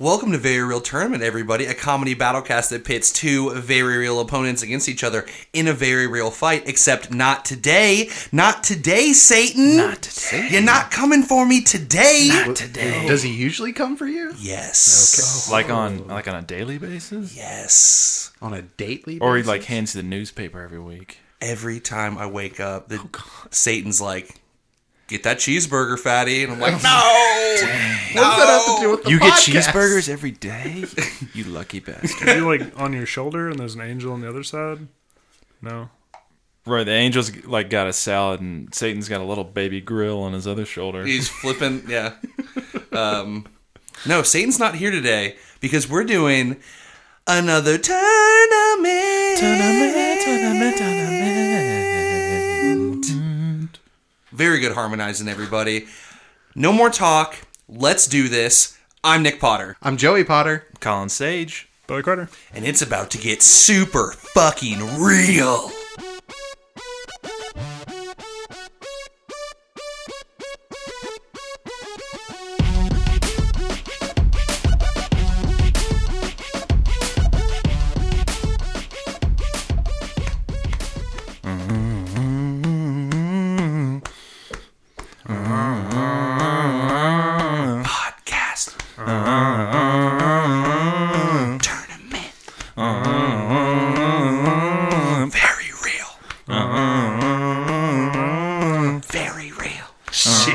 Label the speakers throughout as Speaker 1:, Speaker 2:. Speaker 1: Welcome to Very Real Tournament, everybody, a comedy battlecast that pits two very real opponents against each other in a very real fight, except not today. Not today, Satan.
Speaker 2: Not today.
Speaker 1: You're not coming for me today.
Speaker 2: Not today.
Speaker 3: Does he usually come for you
Speaker 1: yes.
Speaker 2: like on like on a daily basis,
Speaker 1: Yes.
Speaker 3: on a dately?
Speaker 2: or he
Speaker 3: basis?
Speaker 2: like hands you the newspaper every week.
Speaker 1: Every time I wake up,
Speaker 2: Oh,
Speaker 1: the, Satan's like, get that cheeseburger, fatty. And I'm
Speaker 2: Oh,
Speaker 1: like, no.
Speaker 3: what does that have to do with the
Speaker 2: you get
Speaker 3: podcast?
Speaker 2: cheeseburgers every day. you lucky bastard.
Speaker 4: Are you like on your shoulder and there's an angel on the other side? No.
Speaker 2: Right, the angels like got a salad, and Satan's got a little baby grill on his other shoulder.
Speaker 1: He's flipping. Yeah. Um, no, Satan's not here today because we're doing another tournament. Very good harmonizing, everybody. No more talk. Let's do this. I'm Nick Potter,
Speaker 3: I'm Joey Potter.
Speaker 2: Colin Sage.
Speaker 4: Billy Carter.
Speaker 1: and it's about to get super fucking real. Podcast. Tournament. Very real. Very real. Shit.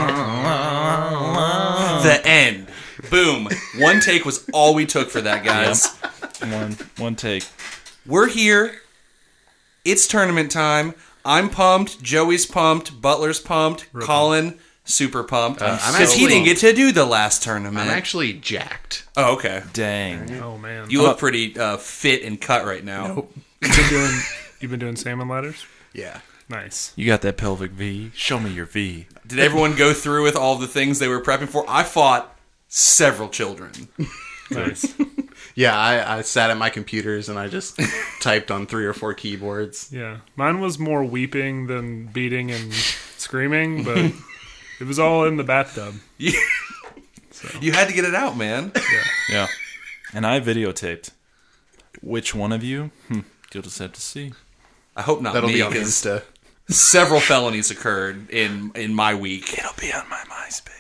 Speaker 1: The end. Boom. One take was all we took for that, guys.
Speaker 2: One one take.
Speaker 1: We're here. It's tournament time. I'm pumped. Joey's pumped. Butler's pumped. Colin, super pumped.
Speaker 3: Uh, I'm
Speaker 1: Because he
Speaker 3: actually-
Speaker 1: didn't get to do the last tournament.
Speaker 2: Uh,
Speaker 3: I'm actually jacked.
Speaker 1: oh, okay.
Speaker 2: Dang.
Speaker 4: Oh man.
Speaker 1: You look pretty uh, fit and cut right now.
Speaker 4: You've been doing you've been doing salmon ladders?
Speaker 3: Yeah.
Speaker 4: Nice.
Speaker 2: You got that pelvic V. Show me your V.
Speaker 1: Did everyone go through with all the things they were prepping for? I fought several children.
Speaker 4: Nice.
Speaker 3: Yeah, I, I sat at my computers and I just typed on three or four keyboards.
Speaker 4: Yeah. Mine was more weeping than beating and screaming, but it was all in the bathtub.
Speaker 1: You had to get it out, man.
Speaker 2: Yeah. And I videotaped. Which one of you? Hmm, you'll just have to see.
Speaker 1: I hope not
Speaker 3: That'll
Speaker 1: me,
Speaker 3: be on
Speaker 1: 'cause
Speaker 3: Insta.
Speaker 1: several felonies occurred in in my week.
Speaker 2: It'll be on my MySpace.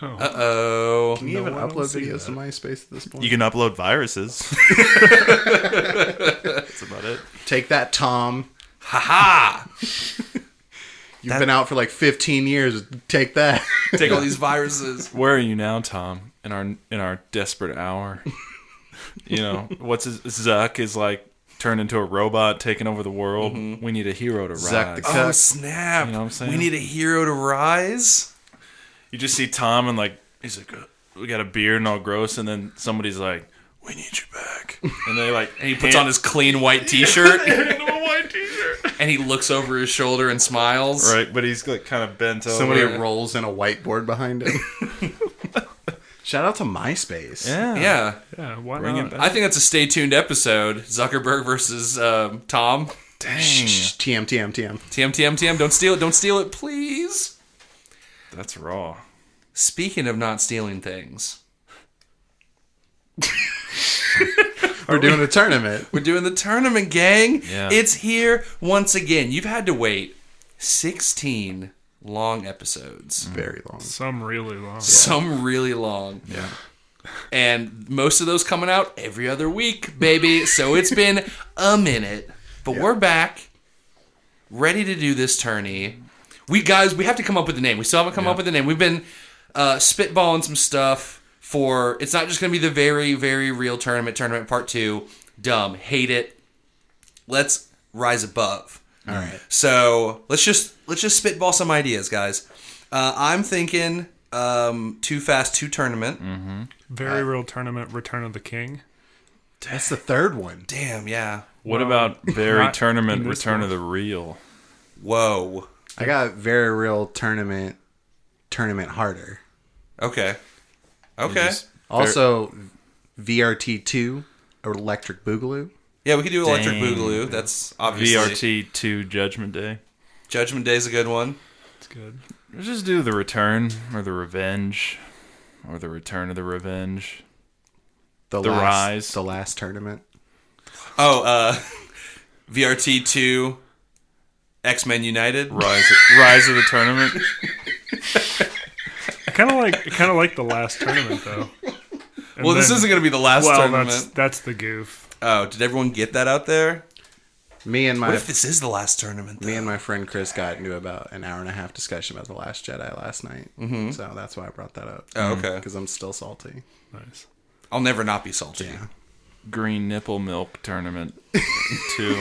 Speaker 4: Oh.
Speaker 1: Oh,
Speaker 3: Can you even
Speaker 4: one will
Speaker 3: upload
Speaker 4: see
Speaker 3: videos to MySpace at this point?
Speaker 2: You can upload viruses. That's about it.
Speaker 3: Take that, Tom.
Speaker 1: haha!
Speaker 3: You've been out for like 15 years. Take that.
Speaker 1: Take all these viruses.
Speaker 2: Where are you now, Tom? In our in our desperate hour, you know what's his, Zuck is like turned into a robot, taking over the world. We need a hero to
Speaker 3: Zuck
Speaker 2: rise.
Speaker 3: the
Speaker 1: Oh
Speaker 3: Cuck.
Speaker 1: snap!
Speaker 2: You know what I'm saying?
Speaker 1: We need a hero to rise.
Speaker 2: you just see Tom and like he's like uh, we got a beard and all gross, and then somebody's like, "We need you back," and they like and he
Speaker 1: Puts on his clean white T-shirt
Speaker 4: Oh,
Speaker 2: white t-shirt.
Speaker 1: and he looks over his shoulder and smiles.
Speaker 2: Right, but he's like kind of bent over.
Speaker 3: Somebody rolls in a whiteboard behind him. Shout out to MySpace.
Speaker 2: yeah,
Speaker 1: Yeah,
Speaker 4: Yeah, why
Speaker 2: Bring it
Speaker 4: not?
Speaker 2: back.
Speaker 1: I think that's a stay tuned episode. Zuckerberg versus um, Tom.
Speaker 2: Dang,
Speaker 3: Shh, TM, TM, TM.
Speaker 1: TM TM TM. Don't steal it. Don't steal it, please.
Speaker 2: that's raw.
Speaker 1: Speaking of not stealing things,
Speaker 3: We're doing a tournament.
Speaker 1: we're doing the tournament, gang.
Speaker 2: Yeah.
Speaker 1: It's here once again. You've had to wait 16 long episodes.
Speaker 3: Very long.
Speaker 4: Some really long.
Speaker 1: Some really long. Yeah. And most of those coming out every other week, baby. so it's been a minute. But we're back, ready to do this tourney. We guys, we have to come up with a name. We still haven't come up with a name. We've been uh, spitballing some stuff for it's not just gonna be the very, very real tournament, tournament part two. Dumb. Hate it. Let's rise above.
Speaker 3: All right.
Speaker 1: So let's just let's just spitball some ideas, guys. Uh, I'm thinking um, too fast, too tournament.
Speaker 3: Mm.
Speaker 4: Very real tournament Return of the King.
Speaker 3: That's the third one.
Speaker 1: Damn, yeah.
Speaker 2: What about very
Speaker 4: not
Speaker 2: tournament
Speaker 4: in this
Speaker 2: return
Speaker 4: one.
Speaker 2: of the real?
Speaker 1: Whoa.
Speaker 3: I got very real tournament tournament harder.
Speaker 1: Okay. Okay.
Speaker 3: Also VRT two electric boogaloo.
Speaker 1: yeah, we could do Electric
Speaker 2: Dang.
Speaker 1: Boogaloo. That's obviously
Speaker 2: VRT to Judgment Day.
Speaker 1: Judgment Day's a good one.
Speaker 4: It's good.
Speaker 2: Let's just do the return or the revenge or the return of the revenge.
Speaker 3: The,
Speaker 2: The
Speaker 3: last,
Speaker 2: Rise.
Speaker 3: The last tournament.
Speaker 1: Oh, uh, VRT two, X Men United.
Speaker 2: Rise, rise of the tournament.
Speaker 4: I kind of like I kind of like the last tournament though. And
Speaker 1: Well, this
Speaker 4: then-
Speaker 1: isn't going to be the last
Speaker 4: well,
Speaker 1: tournament.
Speaker 4: that's that's the goof.
Speaker 1: Oh, did everyone get that out there?
Speaker 3: Me and
Speaker 1: What
Speaker 3: my
Speaker 1: if this is the last tournament?
Speaker 3: me
Speaker 1: Though?
Speaker 3: and my friend Chris got into about an hour and a half discussion about the Last Jedi last night. So that's why I brought that up.
Speaker 1: Oh, okay.
Speaker 3: Because I'm still salty.
Speaker 4: Nice.
Speaker 1: I'll never not be salty.
Speaker 2: green nipple milk tournament too.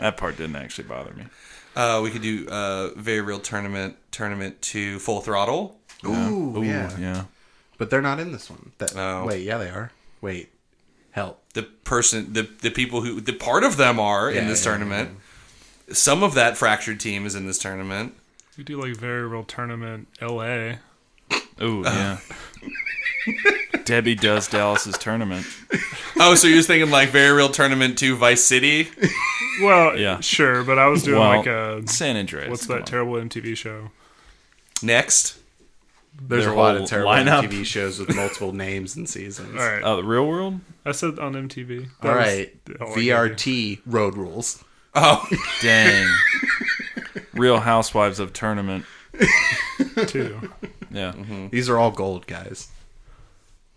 Speaker 2: that part didn't actually bother me.
Speaker 1: Uh, we could do uh, very real tournament, tournament two, full throttle.
Speaker 3: Ooh, yeah.
Speaker 2: Ooh, yeah.
Speaker 3: But they're not in this one. That,
Speaker 1: No.
Speaker 3: Wait, yeah, they are. Wait, help.
Speaker 1: The person, the the people who, the part of them are in
Speaker 3: Yeah,
Speaker 1: this
Speaker 3: yeah,
Speaker 1: tournament. Some of that fractured team is in this tournament.
Speaker 4: We do like very real tournament L.A.
Speaker 2: Ooh, yeah. Debbie does Dallas's tournament.
Speaker 1: Oh, so you're just thinking like very real tournament two, Vice City.
Speaker 4: Well,
Speaker 2: Yeah.
Speaker 4: yeah, sure, but I was doing
Speaker 2: Well,
Speaker 4: like a
Speaker 2: San Andreas.
Speaker 4: what's
Speaker 2: come
Speaker 4: that
Speaker 2: on.
Speaker 4: terrible MTV show?
Speaker 1: Next,
Speaker 3: There's
Speaker 2: Their
Speaker 3: a lot
Speaker 2: whole
Speaker 3: of terrible
Speaker 2: lineup.
Speaker 3: TV shows with multiple names and seasons.
Speaker 4: All right,
Speaker 2: Oh, the real world?
Speaker 4: I said on MTV. That
Speaker 3: All
Speaker 4: was
Speaker 3: right.
Speaker 4: all I could do.
Speaker 3: VRT road rules.
Speaker 1: oh,
Speaker 2: Dang. real Housewives of Tournament.
Speaker 4: too.
Speaker 2: Yeah.
Speaker 4: Mm-hmm.
Speaker 1: Hmm.
Speaker 3: These are all gold, guys.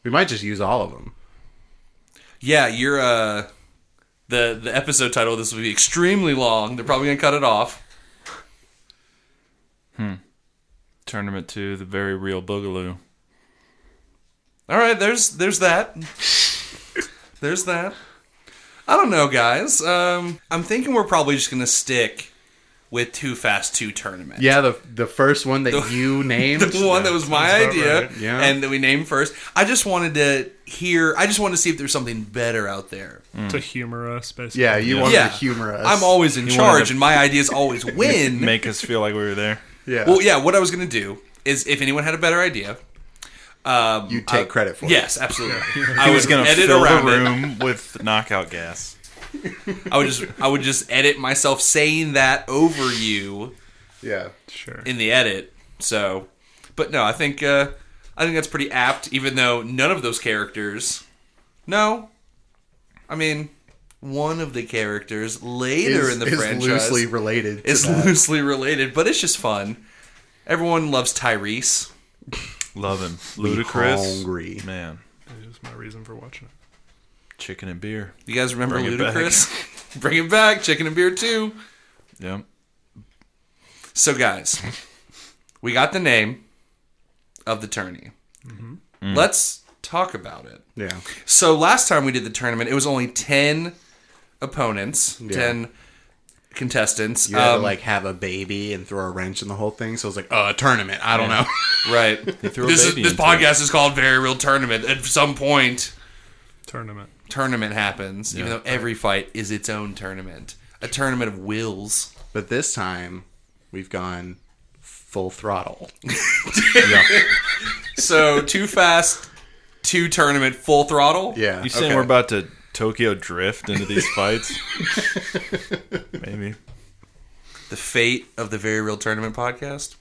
Speaker 3: We might just use all of them.
Speaker 1: yeah, you're uh, the the episode title. of This will be extremely long. They're probably gonna cut it off.
Speaker 2: Tournament two, the very real Boogaloo.
Speaker 1: All right, there's there's that. There's that. I don't know, guys. Um, I'm thinking we're probably just gonna stick with Too Fast Two tournament.
Speaker 3: Yeah, the the first one that you named.
Speaker 1: the one that was my
Speaker 4: Sounds about
Speaker 1: idea,
Speaker 4: right.
Speaker 3: Yeah.
Speaker 1: and that we named first. I just wanted to hear. I just wanted to see if there's something better out there.
Speaker 4: To humor us, basically.
Speaker 3: Yeah, you wanted
Speaker 1: Yeah.
Speaker 3: to humor us.
Speaker 1: I'm always in
Speaker 2: wanted
Speaker 1: charge,
Speaker 2: to-
Speaker 1: and my ideas always win.
Speaker 2: Make us feel like we were there.
Speaker 3: Yeah.
Speaker 1: well, yeah. What I was gonna do is, if anyone had a better idea, um,
Speaker 3: you take credit for
Speaker 1: yes, absolutely.
Speaker 2: I
Speaker 1: I
Speaker 2: was
Speaker 1: was
Speaker 2: gonna
Speaker 1: gonna edit
Speaker 2: fill the
Speaker 1: around it.
Speaker 2: room with knockout gas.
Speaker 1: I would just I would just edit myself saying that over you
Speaker 3: it. Yeah.
Speaker 4: sure.
Speaker 1: in the edit. So, but no, I think uh, I think that's pretty apt. Even though none of those characters, no, I mean one of the characters later
Speaker 3: Is-
Speaker 1: in the
Speaker 3: is
Speaker 1: franchise
Speaker 3: loosely related. To
Speaker 1: is
Speaker 3: that.
Speaker 1: loosely related, but it's just fun. Everyone loves Tyrese.
Speaker 2: Love him. Ludicrous.
Speaker 3: hungry.
Speaker 2: Man.
Speaker 4: It was my reason for watching it.
Speaker 2: Chicken and beer.
Speaker 1: You guys remember
Speaker 2: Bring it back.
Speaker 1: Ludacris? Bring it back, chicken and beer too.
Speaker 2: Yep.
Speaker 1: So, guys, we got the name of the tourney.
Speaker 3: Mm-hmm.
Speaker 1: Let's talk about it.
Speaker 3: yeah.
Speaker 1: So, last time we did the tournament, it was only 10 opponents, 10 contestants.
Speaker 3: You had
Speaker 1: Um,
Speaker 3: to like have a baby and throw a wrench in the whole thing. So I was like, uh, tournament. I don't know.
Speaker 1: right.
Speaker 2: threw a
Speaker 1: this is,
Speaker 2: baby
Speaker 1: this
Speaker 2: into
Speaker 1: podcast is called Very Real Tournament. At some point,
Speaker 4: Tournament.
Speaker 1: tournament happens, even though every fight is its own tournament. A tournament of wills.
Speaker 3: but this time, we've gone full throttle.
Speaker 1: So, too fast, too tournament, full throttle.
Speaker 3: Yeah.
Speaker 2: You saying
Speaker 1: Okay.
Speaker 2: we're about to Tokyo drift into these fights? Maybe.
Speaker 1: The fate of the Very Real Tournament podcast.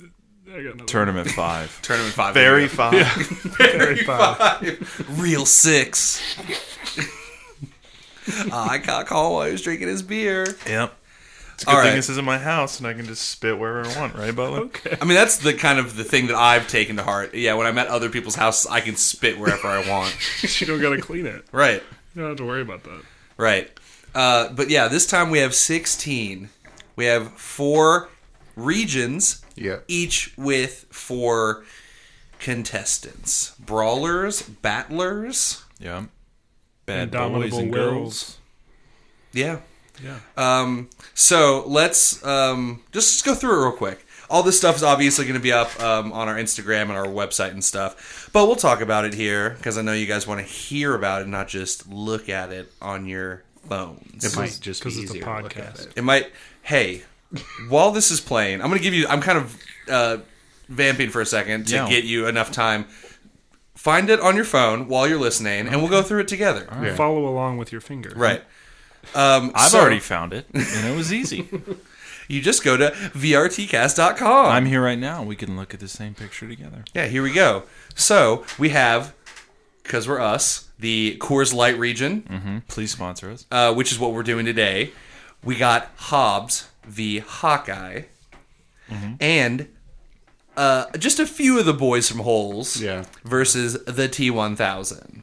Speaker 4: I got another
Speaker 2: Tournament five.
Speaker 1: Tournament five.
Speaker 2: Very five.
Speaker 4: Very five.
Speaker 1: Real six. Ah, I caught Cole while he was drinking his beer.
Speaker 2: Yep. It's a
Speaker 1: All right.
Speaker 2: isn't my house and I can just spit wherever I want, right, Butler?
Speaker 4: Okay.
Speaker 1: I mean, that's the kind of the thing that I've taken to heart. Yeah, when I'm at other people's houses, I can spit wherever I want.
Speaker 4: you don't gotta clean it.
Speaker 1: Right,
Speaker 4: You don't have to worry about that.
Speaker 1: right. Uh, but yeah, this time we have 16. We have four regions,
Speaker 3: Yeah.
Speaker 1: each with four contestants brawlers, battlers.
Speaker 2: Yeah. Bad boys
Speaker 4: Indomitable
Speaker 2: and girls.
Speaker 4: wills.
Speaker 1: Yeah,
Speaker 4: Yeah.
Speaker 1: Um, so let's um, just, just go through it real quick. All this stuff is obviously going to be up um, on our Instagram and our website and stuff, but we'll talk about it here because I know you guys want to hear about it, not just look at it on your phones.
Speaker 3: It might just be
Speaker 4: because it's a
Speaker 3: easier to look at
Speaker 4: podcast.
Speaker 3: it.
Speaker 1: It might. Hey, while this is playing, I'm going to give you. I'm kind of uh, vamping for a second to
Speaker 2: Yeah.
Speaker 1: get you enough time. Find it on your phone while you're listening, and we'll go through it together.
Speaker 3: Yeah.
Speaker 4: Follow along with your finger.
Speaker 1: Right. Um,
Speaker 2: I've
Speaker 1: so
Speaker 2: already found it and it was easy.
Speaker 1: You just go to vrtcast.com.
Speaker 2: I'm here right now. We can look at the same picture together.
Speaker 1: Yeah, here we go. So we have because we're us, the Coors Light region,
Speaker 2: Please sponsor us.
Speaker 1: uh, which is what we're doing today. We got Hobbs v. Hawkeye, and uh, just a few of the boys from Holes
Speaker 3: Yeah.
Speaker 1: versus the T1000.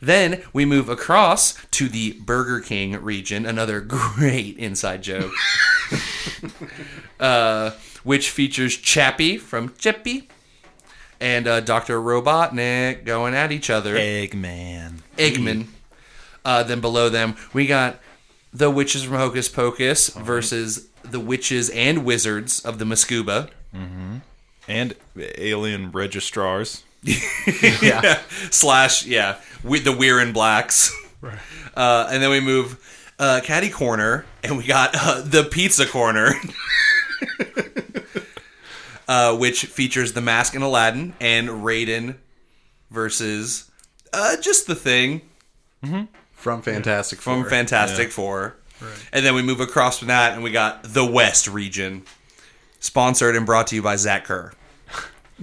Speaker 1: Then we move across to the Burger King region, another great inside joke, uh, which features Chappie from Chippy and uh, Dr. Robotnik going at each other.
Speaker 2: Eggman.
Speaker 1: Eggman. Uh, then below them, we got the witches from Hocus Pocus versus the witches and wizards of the Mascuba.
Speaker 2: And alien registrars.
Speaker 1: Yeah. Slash, yeah, we, the We're in Blacks.
Speaker 4: Right.
Speaker 1: Uh, and then we move uh, Caddy Corner, and we got uh, the Pizza Corner. Uh, which features the mask and Aladdin and Raiden versus uh, just the thing
Speaker 3: From Fantastic
Speaker 1: from
Speaker 3: Four.
Speaker 1: Fantastic Four. And then we move across from that and we got the West region, sponsored and brought to you by Zach Kerr.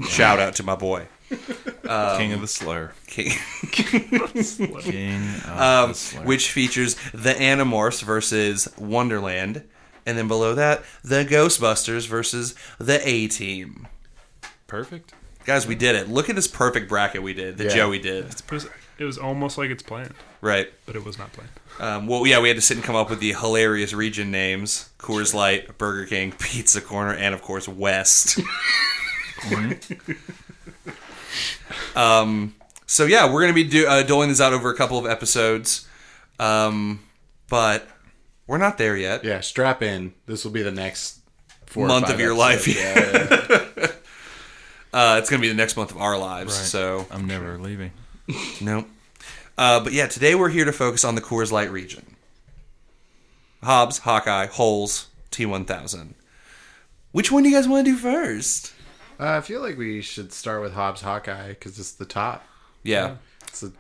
Speaker 1: Shout out to my boy.
Speaker 2: King of the Slur.
Speaker 1: King,
Speaker 2: King of the Slur.
Speaker 1: Um, which features the Animorphs versus Wonderland. And then below that, the Ghostbusters versus the A Team.
Speaker 2: Perfect.
Speaker 1: Guys, we did it. Look at this perfect bracket we did, that
Speaker 3: Yeah.
Speaker 1: Joey did.
Speaker 4: It was, it was almost like it's planned,
Speaker 1: Right.
Speaker 4: but it was not planned.
Speaker 1: Um, well, yeah, we had to sit and come up with the hilarious region names Coors Light, Burger King, Pizza Corner, and of course, West. um, so, yeah, we're going to be do- uh, doling this out over a couple of episodes, um, but we're not there yet.
Speaker 3: Yeah, strap in. This will be the next four or
Speaker 1: Month
Speaker 3: five
Speaker 1: of your
Speaker 3: episodes.
Speaker 1: life.
Speaker 3: Yeah, yeah, yeah.
Speaker 1: Uh, it's going to be the next month of our lives.
Speaker 2: Right. Uh,
Speaker 1: So,
Speaker 2: I'm never leaving.
Speaker 1: no. Uh, but yeah, today we're here to focus on the Coors Light region Hobbs, Hawkeye, Holes, T1000. Which one do you guys want to do first?
Speaker 3: Uh, I feel like we should start with Hobbs Hawkeye because it's the top.
Speaker 1: Yeah.
Speaker 3: It's the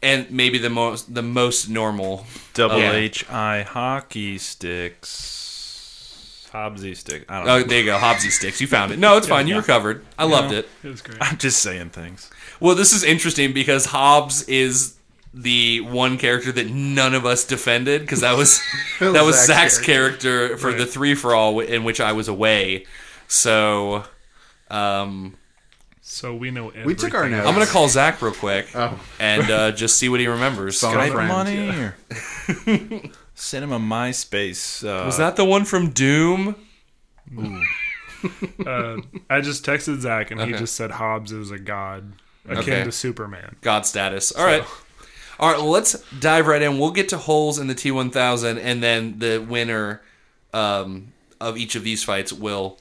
Speaker 1: And maybe the most the most normal.
Speaker 2: Double
Speaker 1: Yeah.
Speaker 2: H I hockey sticks. Hobbsy stick. I don't
Speaker 1: Oh,
Speaker 2: know.
Speaker 1: there you go, Hobbsy sticks. You found it. No, it's fine. You recovered. I loved it.
Speaker 4: It was great.
Speaker 2: I'm just saying things.
Speaker 1: Well, this is interesting because Hobbs is the one character that none of us defended because that was
Speaker 3: That
Speaker 1: that
Speaker 3: was
Speaker 1: was
Speaker 3: Zach's
Speaker 1: Zach's character, for the three for all in which I was away. So, um,
Speaker 4: So we know everything.
Speaker 3: took our notes.
Speaker 1: I'm gonna call Zach real quick
Speaker 3: Oh.
Speaker 1: and uh, just see what he remembers.
Speaker 3: Phone
Speaker 1: Can I-
Speaker 3: friend. Friends,
Speaker 2: money. or- Send him a MySpace. Uh,
Speaker 1: was that the one from Doom?
Speaker 4: Uh, I just texted Zach, and
Speaker 1: Okay.
Speaker 4: he just said Hobbs is a god, akin
Speaker 1: Okay.
Speaker 4: to Superman.
Speaker 1: God status. All right. All right, well, let's dive right in. We'll get to holes in the T1000, and then the winner um, of each of these fights will.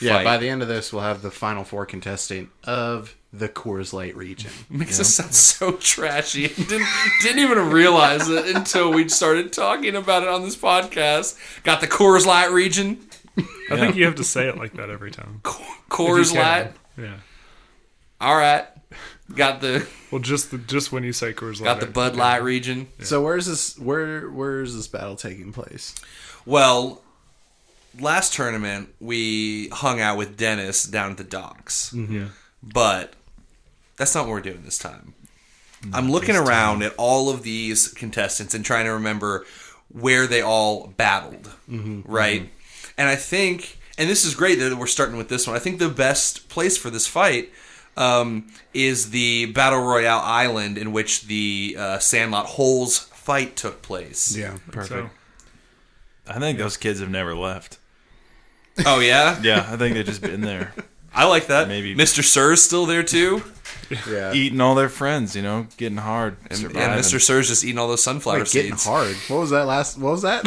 Speaker 3: yeah.
Speaker 1: fight.
Speaker 3: By the end of this, we'll have the final four contestant of the Coors Light region.
Speaker 1: Makes us sound so trashy. Didn't, didn't even realize it until we started talking about it on this podcast. Got the Coors Light region.
Speaker 4: I think you have to say it like that every time.
Speaker 1: Co- Coors Light.
Speaker 4: Yeah.
Speaker 1: All right. Got the
Speaker 4: Well, just the, just when you say Coors Light,
Speaker 1: got the Bud Light region.
Speaker 3: So where's this? Where where's this battle taking place?
Speaker 1: Well, last tournament we hung out with Dennis down at the docks.
Speaker 4: Yeah.
Speaker 1: but that's not what we're doing this time. I'm looking around at all of these contestants and trying to remember where they all battled, right? And I think, and this is great that we're starting with this one. I think the best place for this fight um, is the Battle Royale Island in which the uh, Sandlot Holes fight took place.
Speaker 4: So
Speaker 2: I think those kids have never left.
Speaker 1: Oh yeah,
Speaker 2: Yeah, I think they've just been there,
Speaker 1: I like that.
Speaker 2: Maybe-
Speaker 1: Mr. Sir's still there too,
Speaker 3: yeah.
Speaker 2: eating all their friends. You know, getting hard,
Speaker 1: and
Speaker 2: surviving.
Speaker 1: Mr. Sir's just eating all those sunflower
Speaker 3: Wait, getting
Speaker 1: seeds.
Speaker 3: hard. What was that last? What was that?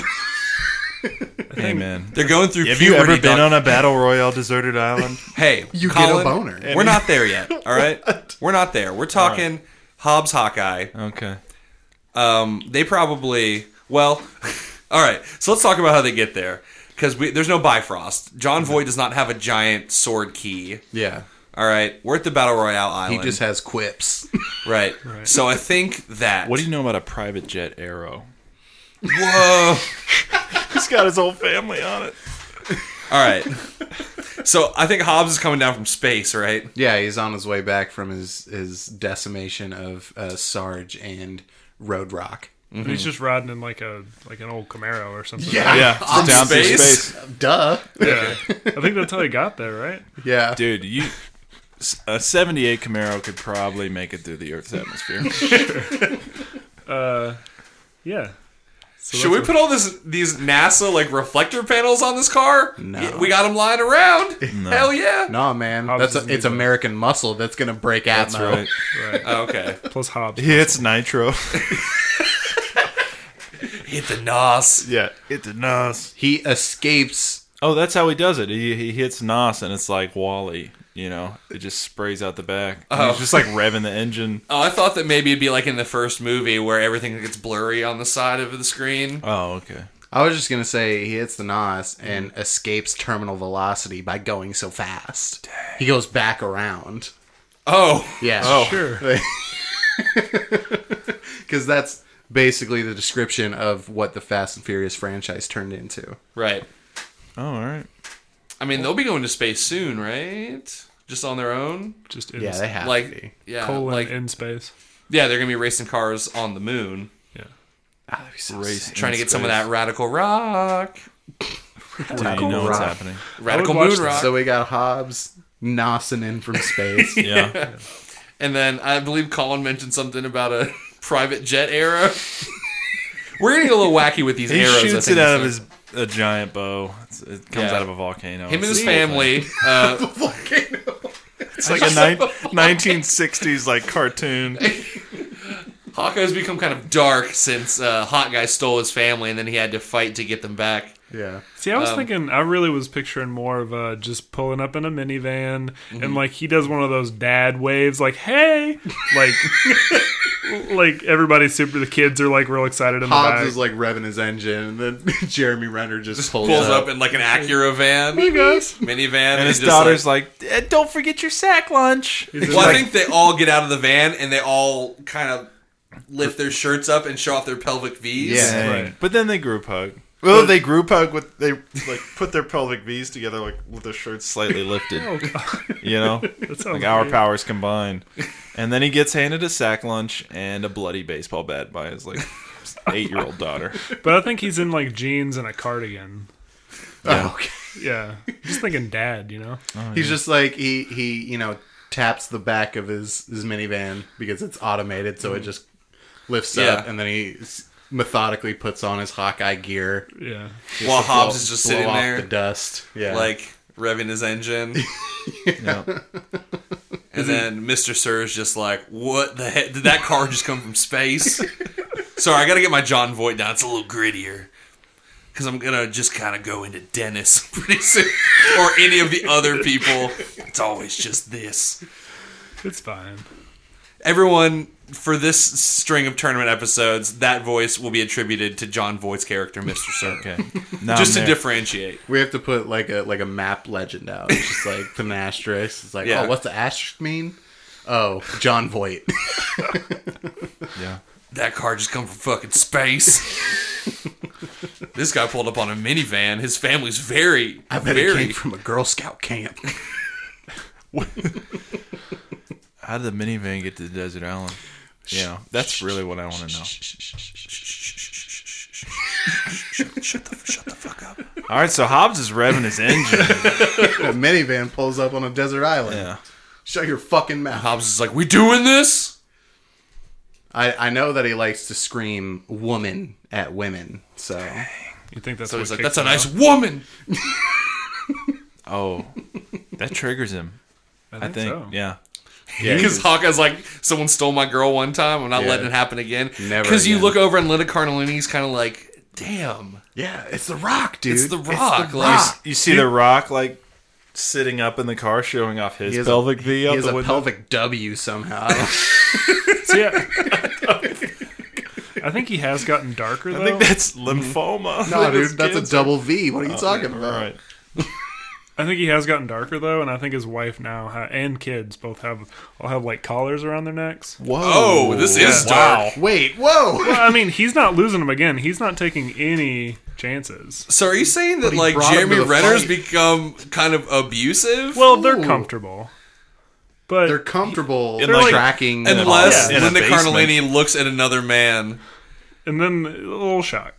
Speaker 2: Amen.
Speaker 1: They're going through.
Speaker 2: Have you ever
Speaker 1: puberty,
Speaker 2: been
Speaker 1: Doc-
Speaker 2: on a battle royale deserted island?
Speaker 1: Hey,
Speaker 3: You get
Speaker 1: Colin,
Speaker 3: a boner.
Speaker 1: We're not there yet. All right, we're not there. We're talking Hobbs Hawkeye.
Speaker 2: Okay.
Speaker 1: Um, they probably well. all right, so let's talk about how they get there because there's no Bifrost. John Voight does not have a giant sword key.
Speaker 3: yeah.
Speaker 1: All right, we're at the Battle Royale
Speaker 3: He
Speaker 1: Island.
Speaker 3: just has quips.
Speaker 1: right.
Speaker 4: Right.
Speaker 1: So I think that.
Speaker 2: What do you know about a private jet arrow?
Speaker 1: Whoa!
Speaker 2: He's got his whole family on it.
Speaker 1: All right. So I think Hobbs is coming down from space, right?
Speaker 3: Yeah, he's on his way back from his his decimation of uh, Sarge and Road Rock.
Speaker 4: But
Speaker 1: Mm-hmm.
Speaker 4: he's just riding in like a like an old Camaro or something.
Speaker 2: Yeah, from down through
Speaker 1: space?
Speaker 2: space.
Speaker 3: Duh.
Speaker 4: Yeah. I think that's how he got there, right?
Speaker 3: Yeah.
Speaker 2: Dude, you a 78 Camaro could probably make it through the Earth's atmosphere.
Speaker 4: Yeah. So
Speaker 1: Should
Speaker 4: that's
Speaker 1: we
Speaker 4: a-
Speaker 1: put all this these NASA like reflector panels on this car?
Speaker 3: No.
Speaker 1: Yeah, We got them lying around. Hell yeah.
Speaker 3: Nah, man.
Speaker 4: Hobbs
Speaker 3: That's
Speaker 4: doesn't
Speaker 3: a, it's
Speaker 4: need that.
Speaker 3: American muscle that's gonna break out.
Speaker 2: That's
Speaker 3: though.
Speaker 2: right.
Speaker 4: right.
Speaker 1: Oh, okay.
Speaker 4: Plus Hobbs.
Speaker 2: He hits nitro.
Speaker 1: Hit the nos.
Speaker 2: yeah, hit the nos.
Speaker 3: He escapes.
Speaker 2: Oh, that's how he does it. He, he hits nos, and it's like Wally. You know, it just sprays out the back. And He's just like revving the engine.
Speaker 1: Oh, I thought that maybe it'd be like in the first movie where everything gets blurry on the side of the screen.
Speaker 2: Oh, okay.
Speaker 3: I was just gonna say he hits the nos and escapes terminal velocity by going so fast. He goes back around.
Speaker 1: Oh,
Speaker 3: Yeah.
Speaker 4: Sure.
Speaker 3: Because that's basically the description of what the Fast and Furious franchise turned into.
Speaker 1: right.
Speaker 2: Oh, all right.
Speaker 1: I mean, they'll be going to space soon, right? Just on their own.
Speaker 4: Just in
Speaker 3: Yeah, they have to
Speaker 1: Like,
Speaker 3: be.
Speaker 1: yeah,
Speaker 4: colon
Speaker 1: like,
Speaker 4: in space.
Speaker 1: yeah, they're gonna be racing cars on the moon,
Speaker 4: Yeah.
Speaker 3: Ah, that'd be so
Speaker 2: Race
Speaker 3: sick.
Speaker 1: trying to
Speaker 2: in
Speaker 1: get some of
Speaker 2: space.
Speaker 1: that radical rock,
Speaker 2: Dude, you know what's
Speaker 3: rock.
Speaker 2: happening.
Speaker 1: radical
Speaker 4: watch
Speaker 1: moon
Speaker 4: that.
Speaker 1: rock.
Speaker 3: So we got Hobbs nosing in from space.
Speaker 2: Yeah.
Speaker 1: And then I believe Colin mentioned something about a private jet arrow. We're getting a little wacky with these
Speaker 2: he
Speaker 1: arrows. I
Speaker 2: shoots
Speaker 1: think,
Speaker 2: it out of
Speaker 1: this
Speaker 2: his a giant bow. It's, it comes
Speaker 1: Yeah.
Speaker 2: out of a volcano.
Speaker 1: time. him and
Speaker 2: It's
Speaker 1: his
Speaker 2: the whole thing.
Speaker 1: family. Uh,
Speaker 2: It's like a nine, 1960s like cartoon.
Speaker 1: Hawkeye's become kind of dark since uh, Hot Guy stole his family, and then he had to fight to get them back.
Speaker 3: yeah.
Speaker 4: See, I
Speaker 1: um,
Speaker 4: was thinking, I really was picturing more of uh, just pulling up in a minivan
Speaker 1: Mm-hmm.
Speaker 4: and like he does one of those dad waves, like "Hey!" like like everybody's super. The kids are like real excited in the
Speaker 3: Hobbs
Speaker 4: back.
Speaker 3: is like revving his engine, and then Jeremy Renner just pulls,
Speaker 1: Pulls
Speaker 3: up.
Speaker 1: up in like an Acura van,
Speaker 4: hey guys,
Speaker 1: minivan,
Speaker 2: And his
Speaker 1: just,
Speaker 2: daughter's like, "Eh, don't forget your sack lunch.
Speaker 4: He's just
Speaker 1: Well, I
Speaker 4: like,
Speaker 1: think they all get out of the van and they all kind of lift their shirts up and show off their pelvic V's.
Speaker 3: Yeah.
Speaker 2: Dang.
Speaker 4: Right.
Speaker 2: But then they group hug. Well, they group hug with they like put their pelvic V's together, like with their shirts slightly lifted.
Speaker 4: oh god,
Speaker 2: You know,
Speaker 4: that sounds
Speaker 2: like our
Speaker 4: great.
Speaker 2: powers combined. And then he gets handed a sack lunch and a bloody baseball bat by his like eight-year-old daughter.
Speaker 4: But I think he's in like jeans and a cardigan.
Speaker 3: Oh, okay.
Speaker 4: Yeah, just thinking dad, you know.
Speaker 3: He's just like he he you know taps the back of his his minivan because it's automated, so it just lifts up,
Speaker 1: Yeah.
Speaker 3: and then he s- methodically puts on his Hawkeye gear.
Speaker 4: Yeah,
Speaker 3: just
Speaker 1: While
Speaker 3: to
Speaker 1: Hobbs
Speaker 3: blow-
Speaker 1: is just
Speaker 3: blow
Speaker 1: sitting
Speaker 3: off
Speaker 1: there,
Speaker 3: the dust. Yeah,
Speaker 1: like revving his engine,
Speaker 2: Yeah.
Speaker 1: and then Mister Sir is just like, "What the heck? Did that car just come from space?" Sorry, I got to get my John Voight down. It's a little grittier. Because I'm going to just kind of go into Dennis pretty soon. or any of the other people. It's always just this.
Speaker 4: it's fine.
Speaker 1: everyone for this string of tournament episodes, that voice will be attributed to John Voight's character, Mister Sir.
Speaker 2: Okay. Now
Speaker 1: Just to
Speaker 2: I'm there.
Speaker 1: differentiate.
Speaker 3: we have to put like a like a map legend out. It's just like put an asterisk. It's like
Speaker 1: Yeah.
Speaker 3: oh, what's the asterisk mean? Oh, John Voight.
Speaker 2: Yeah.
Speaker 1: That car just come from fucking space. this guy pulled up on a minivan. His family's very,
Speaker 3: I bet it
Speaker 1: very.
Speaker 3: came from a Girl Scout camp.
Speaker 2: How did the minivan get to the desert island? You know, that's really what I want to know.
Speaker 1: Shut the, shut the fuck up.
Speaker 2: All right, so Hobbs is revving his engine.
Speaker 3: a minivan pulls up on a desert island.
Speaker 2: Yeah.
Speaker 3: Shut your fucking mouth.
Speaker 1: Hobbs is like, we doing this?
Speaker 3: I, I know that he likes to scream woman at women. So
Speaker 4: You think that's
Speaker 1: So
Speaker 4: what
Speaker 1: he's like,
Speaker 4: kicked
Speaker 1: that's a
Speaker 4: him
Speaker 1: nice
Speaker 4: off?
Speaker 1: woman.
Speaker 2: Oh, that triggers him. I think.
Speaker 4: so.
Speaker 2: Yeah.
Speaker 3: yeah,
Speaker 1: Because Hawkeye's like, someone stole my girl one time. I'm not
Speaker 3: Yeah.
Speaker 1: letting it happen again.
Speaker 3: Never
Speaker 1: Because you
Speaker 3: again.
Speaker 1: look over and Linda Carnellini's kind of like, damn.
Speaker 3: yeah, it's the rock, dude.
Speaker 1: It's The Rock, like-
Speaker 3: Rock.
Speaker 2: You see The Rock like sitting up in the car, showing off his
Speaker 3: He has a-
Speaker 2: pelvic V
Speaker 3: He
Speaker 2: out
Speaker 3: has
Speaker 2: the
Speaker 3: a
Speaker 2: window.
Speaker 3: pelvic W somehow. Oh, I don't-
Speaker 4: So, yeah. I think he has gotten darker though.
Speaker 2: I think that's lymphoma.
Speaker 3: no,
Speaker 2: Like,
Speaker 3: dude,
Speaker 2: this
Speaker 3: that's a
Speaker 2: kid's-
Speaker 3: double V. What are you talking
Speaker 2: All
Speaker 3: about?
Speaker 2: right.
Speaker 4: I think he has gotten darker though, and I think his wife now ha- and kids both have all have like collars around their necks.
Speaker 2: Whoa.
Speaker 1: Oh, this is
Speaker 2: wow.
Speaker 1: dark.
Speaker 3: Wait, whoa.
Speaker 4: Well, I mean, he's not losing them again. He's not taking any chances.
Speaker 1: So are you saying that
Speaker 3: he
Speaker 1: like
Speaker 3: brought him
Speaker 1: Jeremy
Speaker 3: to the
Speaker 1: Renner's
Speaker 3: fight.
Speaker 1: become kind of abusive?
Speaker 4: Well, they're
Speaker 3: Ooh.
Speaker 4: comfortable, but
Speaker 3: They're comfortable
Speaker 2: And like-
Speaker 3: tracking
Speaker 1: unless
Speaker 2: Yeah. In a
Speaker 1: Linda
Speaker 2: basement.
Speaker 1: Carnellini looks at another man,
Speaker 4: and then a little shock.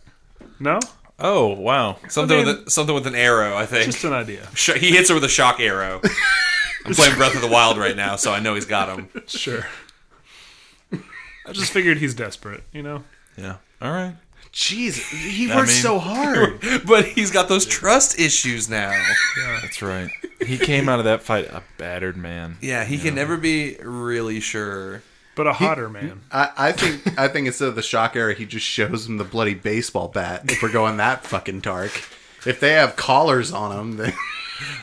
Speaker 4: No,
Speaker 2: Oh wow!
Speaker 1: something
Speaker 4: I mean-
Speaker 1: with a, something with an arrow. I think
Speaker 4: just an idea.
Speaker 1: Sh- he hits her with a shock arrow. I'm playing Breath of the Wild right now, so I know he's got him.
Speaker 4: Sure. I just figured he's desperate. You know,
Speaker 2: Yeah. All right.
Speaker 3: Jesus, he worked
Speaker 2: I mean-
Speaker 3: so hard.
Speaker 1: But he's got those trust issues now.
Speaker 2: That's right. He came out of that fight a battered man.
Speaker 1: Yeah, he can never be really sure.
Speaker 4: but a hotter man.
Speaker 3: I, I think I think instead of the shock era, he just shows him the bloody baseball bat. If we're going that fucking dark, if they have collars on them, then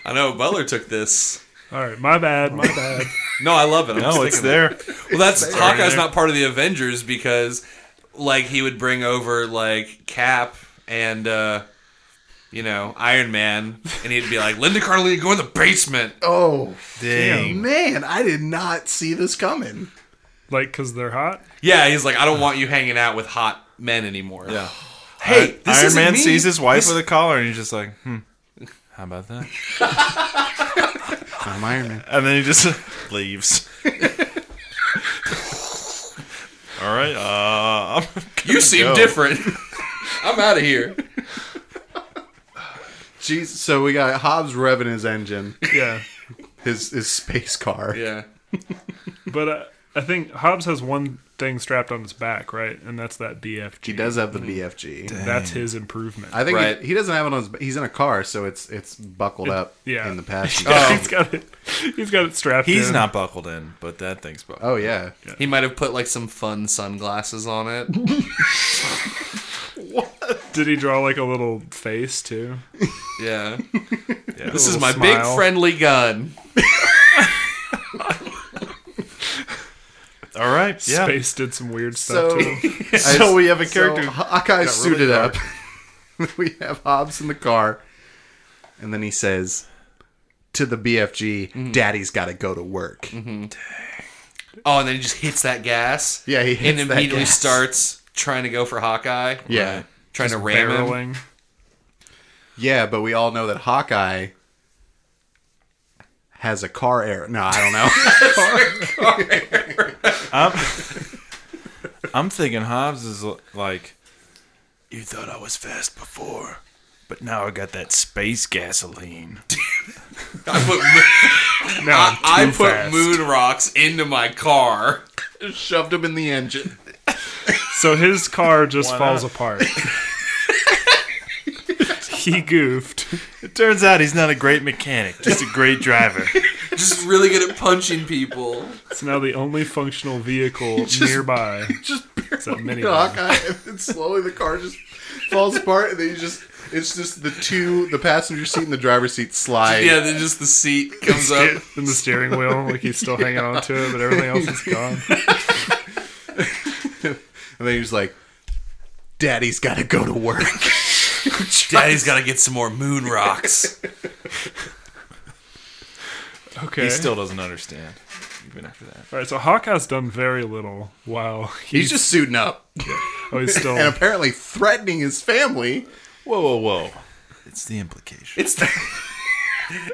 Speaker 1: I know Butler took this.
Speaker 4: All right, my bad, my bad.
Speaker 1: No, I love it. I'm
Speaker 2: No,
Speaker 1: sticking
Speaker 2: it's
Speaker 1: with it.
Speaker 2: there.
Speaker 1: Well, that's Hawkeye's
Speaker 2: there.
Speaker 1: not part of the Avengers because, like, he would bring over like Cap and uh, you know Iron Man, and he'd be like, "Linda Carnellini, go in the basement."
Speaker 3: oh
Speaker 2: Dang.
Speaker 3: man, I did not see this coming.
Speaker 4: Like, because they're hot.
Speaker 1: Yeah, he's like, "I don't want you hanging out with hot men anymore."
Speaker 2: Yeah.
Speaker 1: Hey, this
Speaker 2: Iron
Speaker 1: isn't
Speaker 2: Man
Speaker 1: me.
Speaker 2: sees his wife
Speaker 1: This-
Speaker 2: with a collar, and he's just like, "Hmm, how about that?"
Speaker 3: I'm Iron Man.
Speaker 2: And then he just leaves. All right. Uh,
Speaker 1: You seem
Speaker 2: go.
Speaker 1: different. I'm out of here.
Speaker 3: Jesus, so we got Hobbs revving his engine,
Speaker 4: Yeah,
Speaker 3: his his space car.
Speaker 1: Yeah.
Speaker 4: but uh, I think Hobbs has one thing strapped on his back, right? And that's that BFG.
Speaker 3: He does have the BFG.
Speaker 4: That's his improvement.
Speaker 3: I think he-
Speaker 1: Right.
Speaker 3: he, doesn't have it on his. He's in a car, so it's it's buckled up
Speaker 4: yeah.
Speaker 3: in the passenger.
Speaker 1: Oh.
Speaker 4: Yeah, he's got it. He's got it strapped.
Speaker 2: he's
Speaker 4: in.
Speaker 2: not buckled in, but that thing's buckled.
Speaker 3: oh yeah,
Speaker 1: He might have put like some fun sunglasses on it.
Speaker 4: Did he draw like a little face too?
Speaker 1: Yeah.
Speaker 2: Yeah.
Speaker 1: This is
Speaker 4: Little
Speaker 1: my big
Speaker 4: smile.
Speaker 1: friendly gun. Oh.
Speaker 2: All right. Yeah.
Speaker 4: Space did some weird stuff
Speaker 3: So-
Speaker 4: to him.
Speaker 2: So we have a character.
Speaker 3: So Hawkeye
Speaker 2: got
Speaker 3: suited
Speaker 2: really
Speaker 3: up. we have Hobbs in the car, and then he says to the BFG,
Speaker 2: Mm-hmm.
Speaker 3: "Daddy's got to go to work."
Speaker 1: Oh, and then he just hits that gas.
Speaker 3: Yeah, he hits
Speaker 1: and
Speaker 3: that
Speaker 1: immediately
Speaker 3: gas.
Speaker 1: starts trying to go for Hawkeye.
Speaker 3: Yeah,
Speaker 2: Right.
Speaker 1: trying to ram him.
Speaker 4: Barreling.
Speaker 3: yeah, but we all know that Hawkeye has a car error. No, I don't know.
Speaker 2: I'm, I'm thinking Hobbs is l- like, you thought I was fast before, but now I got that space gasoline.
Speaker 1: I put mo-
Speaker 4: No,
Speaker 1: I
Speaker 4: I'm too
Speaker 1: put
Speaker 4: fast.
Speaker 1: moon rocks into my car.
Speaker 3: Shoved him in the engine.
Speaker 4: So his car just
Speaker 2: Why
Speaker 4: falls
Speaker 2: not?
Speaker 4: apart. he goofed.
Speaker 2: It turns out he's not a great mechanic, just a great driver.
Speaker 1: Just really good at punching people.
Speaker 4: It's now the only functional vecle nearby.
Speaker 3: Just
Speaker 4: a minivan.
Speaker 3: barely Hawkeye, and then slowly the car just falls apart, and then you just. It's just the two, the passenger seat and the driver's seat slide.
Speaker 1: Yeah, then just the seat comes up.
Speaker 4: In the steering wheel, like he's still hanging on to it, but everything else is gone.
Speaker 3: And then he's like, Daddy's got to go to work.
Speaker 1: Daddy's got to get some more moon rocks.
Speaker 4: Okay.
Speaker 2: He still doesn't understand, even after that.
Speaker 4: All right. So Hawkeye's done very little. Wow.
Speaker 3: He's just suiting up
Speaker 4: Oh, he's still.
Speaker 3: and apparently threatening his family.
Speaker 2: Whoa, whoa, whoa. It's the implication.
Speaker 1: It's the,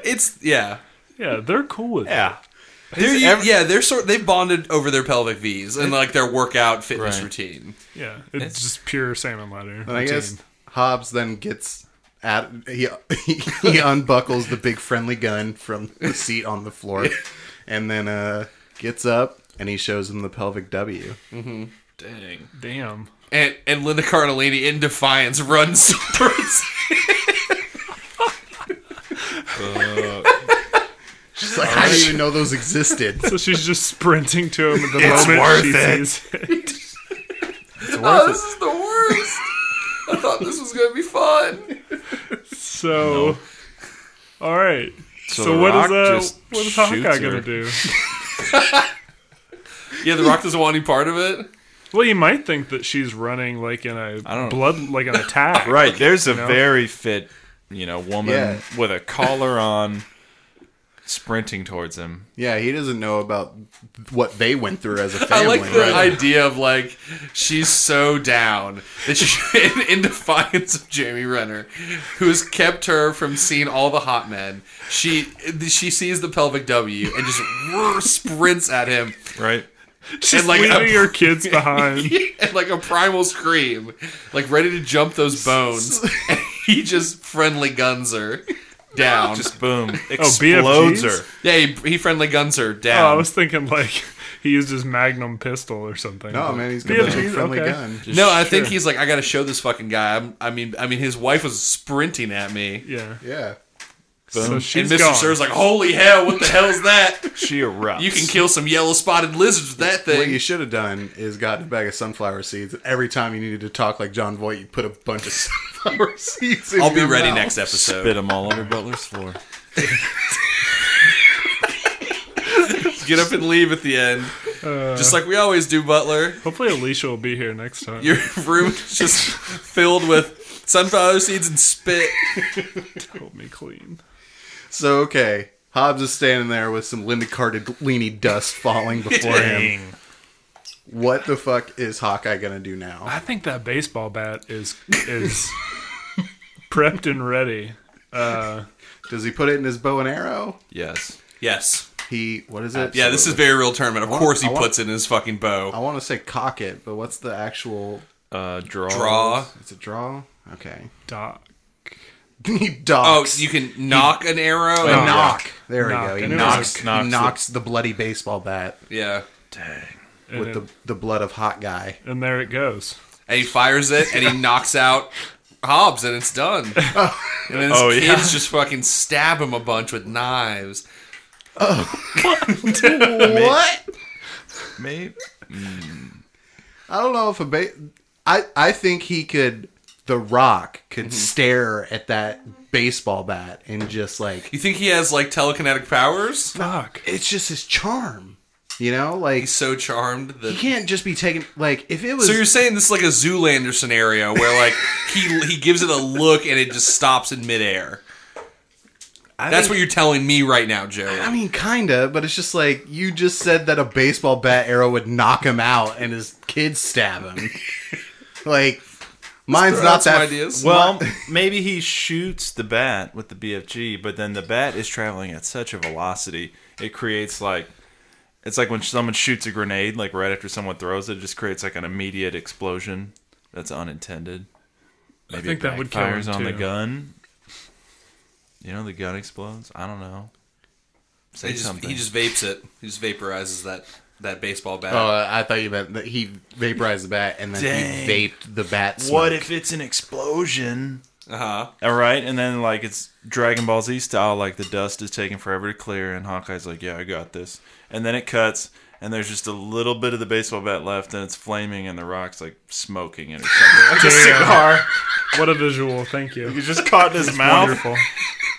Speaker 1: it's yeah.
Speaker 4: yeah, they're cool with it.
Speaker 2: yeah.
Speaker 1: They're,
Speaker 2: He's
Speaker 1: u-
Speaker 2: ev-
Speaker 1: yeah, they're sort they've bonded over their pelvic V's and like their workout fitness
Speaker 2: Right.
Speaker 1: routine.
Speaker 4: Yeah, it's, just pure salmon letter.
Speaker 3: And I guess
Speaker 4: routine.
Speaker 3: Hobbs then gets at he he, he unbuckles the big friendly gun from the seat on the floor, and then uh gets up and he shows him the pelvic W.
Speaker 2: Dang.
Speaker 4: Damn.
Speaker 1: And and Linda Cardellini in defiance runs towards
Speaker 3: She's like, I didn't even know those existed.
Speaker 4: So she's just sprinting to him at the
Speaker 2: It's
Speaker 4: moment
Speaker 2: worth
Speaker 4: she
Speaker 2: it.
Speaker 4: sees it.
Speaker 1: Oh, this is the worst. I thought this was gonna be fun.
Speaker 4: So, all right. So,
Speaker 2: The
Speaker 4: what
Speaker 2: Rock
Speaker 4: is uh,
Speaker 2: just
Speaker 4: what is
Speaker 2: shoots
Speaker 4: Hawkeye
Speaker 2: her.
Speaker 4: gonna do?
Speaker 1: Yeah, The Rock doesn't want any part of it.
Speaker 4: Well, you might think that she's running like in a
Speaker 2: don't-
Speaker 4: blood, like an attack.
Speaker 2: Right. There's a
Speaker 4: know?
Speaker 2: very fit, you know, woman
Speaker 3: Yeah.
Speaker 2: with a collar on sprinting towards him.
Speaker 3: Yeah, he doesn't know about what they went through as a
Speaker 1: I
Speaker 3: family.
Speaker 1: like the
Speaker 3: right?
Speaker 1: idea of like she's so down that she, in, in defiance of Jamie Renner, who has kept her from seeing all the hot men. She she sees the pelvic W and just roar, sprints at him
Speaker 2: Right?
Speaker 4: She's
Speaker 1: like,
Speaker 4: leaving
Speaker 1: a-
Speaker 4: her kids behind.
Speaker 1: and like a primal scream, like ready to jump those bones. And he just friendly guns her down.
Speaker 2: Just
Speaker 4: Oh,
Speaker 2: boom. Explodes
Speaker 4: BFGs?
Speaker 2: her.
Speaker 1: yeah, he, he friendly guns her
Speaker 4: Oh, I
Speaker 1: down.
Speaker 4: was thinking like he used his Magnum pistol or something.
Speaker 3: No,
Speaker 4: but-
Speaker 3: man, he's got
Speaker 4: Yeah,
Speaker 3: a big
Speaker 4: he's-
Speaker 3: friendly
Speaker 4: okay.
Speaker 3: gun.
Speaker 1: no, I think
Speaker 4: sure.
Speaker 1: he's like, I gotta show this fucking guy. I'm, I mean, I mean, his wife was sprinting at me.
Speaker 4: Yeah.
Speaker 3: Yeah.
Speaker 4: So
Speaker 2: Boom.
Speaker 4: she's
Speaker 1: and Mr.
Speaker 4: gone.
Speaker 1: Sir's like, holy hell, what the hell's that?
Speaker 2: She erupts.
Speaker 1: You can kill some yellow spotted lizards with that
Speaker 3: What you
Speaker 1: thing.
Speaker 3: should have done is gotten a bag of sunflower seeds. and Every time you needed to talk like John Voight, you put a bunch of sunflower seeds. In
Speaker 1: I'll be
Speaker 3: your
Speaker 1: ready
Speaker 3: mouth.
Speaker 1: next episode.
Speaker 2: Spit them all over Butler's floor.
Speaker 1: Get up and leave at the end.
Speaker 4: Uh.
Speaker 1: Just like we always do, Butler.
Speaker 4: Hopefully Alicia will be here next time.
Speaker 1: Your room is just filled with sunflower seeds and spit.
Speaker 4: Hold me clean.
Speaker 3: So okay, Hobbs is standing there with some Linda Cardellini dust falling before him. What the fuck is Hawkeye gonna do now?
Speaker 4: I think that baseball bat is is prepped and ready. Uh,
Speaker 3: Does he put it in his bow and arrow?
Speaker 2: Yes.
Speaker 1: Yes.
Speaker 3: He what is it?
Speaker 1: Yeah, this is very real tournament. Of course he
Speaker 3: I want-
Speaker 1: puts it in his fucking
Speaker 3: I
Speaker 1: bow.
Speaker 3: want to say cock it, but what's the actual?
Speaker 2: Uh, draw.
Speaker 1: Draw.
Speaker 3: It's a draw. Okay.
Speaker 4: doc.
Speaker 3: he
Speaker 1: Oh,
Speaker 3: docks.
Speaker 1: you can knock an arrow.
Speaker 3: A
Speaker 1: and-
Speaker 3: knock. There
Speaker 4: Knock.
Speaker 3: we go.
Speaker 4: And
Speaker 3: He
Speaker 4: it was
Speaker 3: knocks,
Speaker 2: a-
Speaker 3: he
Speaker 2: knocks
Speaker 3: knocks,
Speaker 2: the-
Speaker 3: the bloody baseball bat
Speaker 1: Yeah.
Speaker 4: And,
Speaker 3: with
Speaker 4: it-
Speaker 3: the, the blood of hot guy.
Speaker 4: and there it goes.
Speaker 1: And he fires it and he knocks out Hobbs and it's done. And then his
Speaker 2: Oh,
Speaker 1: kids
Speaker 2: yeah.
Speaker 1: just fucking stab him a bunch with knives.
Speaker 3: what?
Speaker 2: Maybe.
Speaker 3: I don't know if a ba- I I think he could. The Rock could
Speaker 1: Mm-hmm.
Speaker 3: stare at that baseball bat and just like
Speaker 1: You think he has like telekinetic powers?
Speaker 4: Fuck.
Speaker 3: it's just his charm, you know? Like
Speaker 1: He's so charmed that.
Speaker 3: he can't just be taken. Like if it was
Speaker 1: so you're saying this is like a Zoolander scenario where like he he gives it a look and it just stops in midair.
Speaker 3: I
Speaker 1: That's
Speaker 3: think-
Speaker 1: what you're telling me right now, Joe.
Speaker 3: I mean, kinda, but it's just like you just said that a baseball bat arrow would knock him out and his kids stab him. like, mine's
Speaker 1: throw
Speaker 3: not
Speaker 1: out some
Speaker 3: that.
Speaker 1: ideas.
Speaker 2: Well, maybe he shoots the bat with the BFG, but then the bat is traveling at such a velocity, it creates like it's like when someone shoots a grenade, like right after someone throws it, it just creates like an immediate explosion that's unintended. Maybe
Speaker 4: think
Speaker 2: it
Speaker 4: that would kill him,
Speaker 2: backfires on the
Speaker 4: too.
Speaker 2: gun. You know, the gun explodes. I don't know. Say
Speaker 1: he, just,
Speaker 2: something.
Speaker 1: he just vapes it. He just vaporizes that that baseball bat.
Speaker 3: Oh, I thought you meant that he vaporized the bat and then
Speaker 2: Dang.
Speaker 3: he vaped the bat. Smoke.
Speaker 2: what if it's an explosion?
Speaker 1: Uh huh.
Speaker 2: All right, and then like it's Dragon Ball Z style, like the dust is taking forever to clear, and Hawkeye's like, "Yeah, I got this." And then it cuts, and there's just a little bit of the baseball bat left, and it's flaming, and the rock's like smoking it or something.
Speaker 4: Damn.
Speaker 2: Cigar.
Speaker 4: What a visual. Thank you.
Speaker 2: It's just caught in his mouth.
Speaker 4: Wonderful.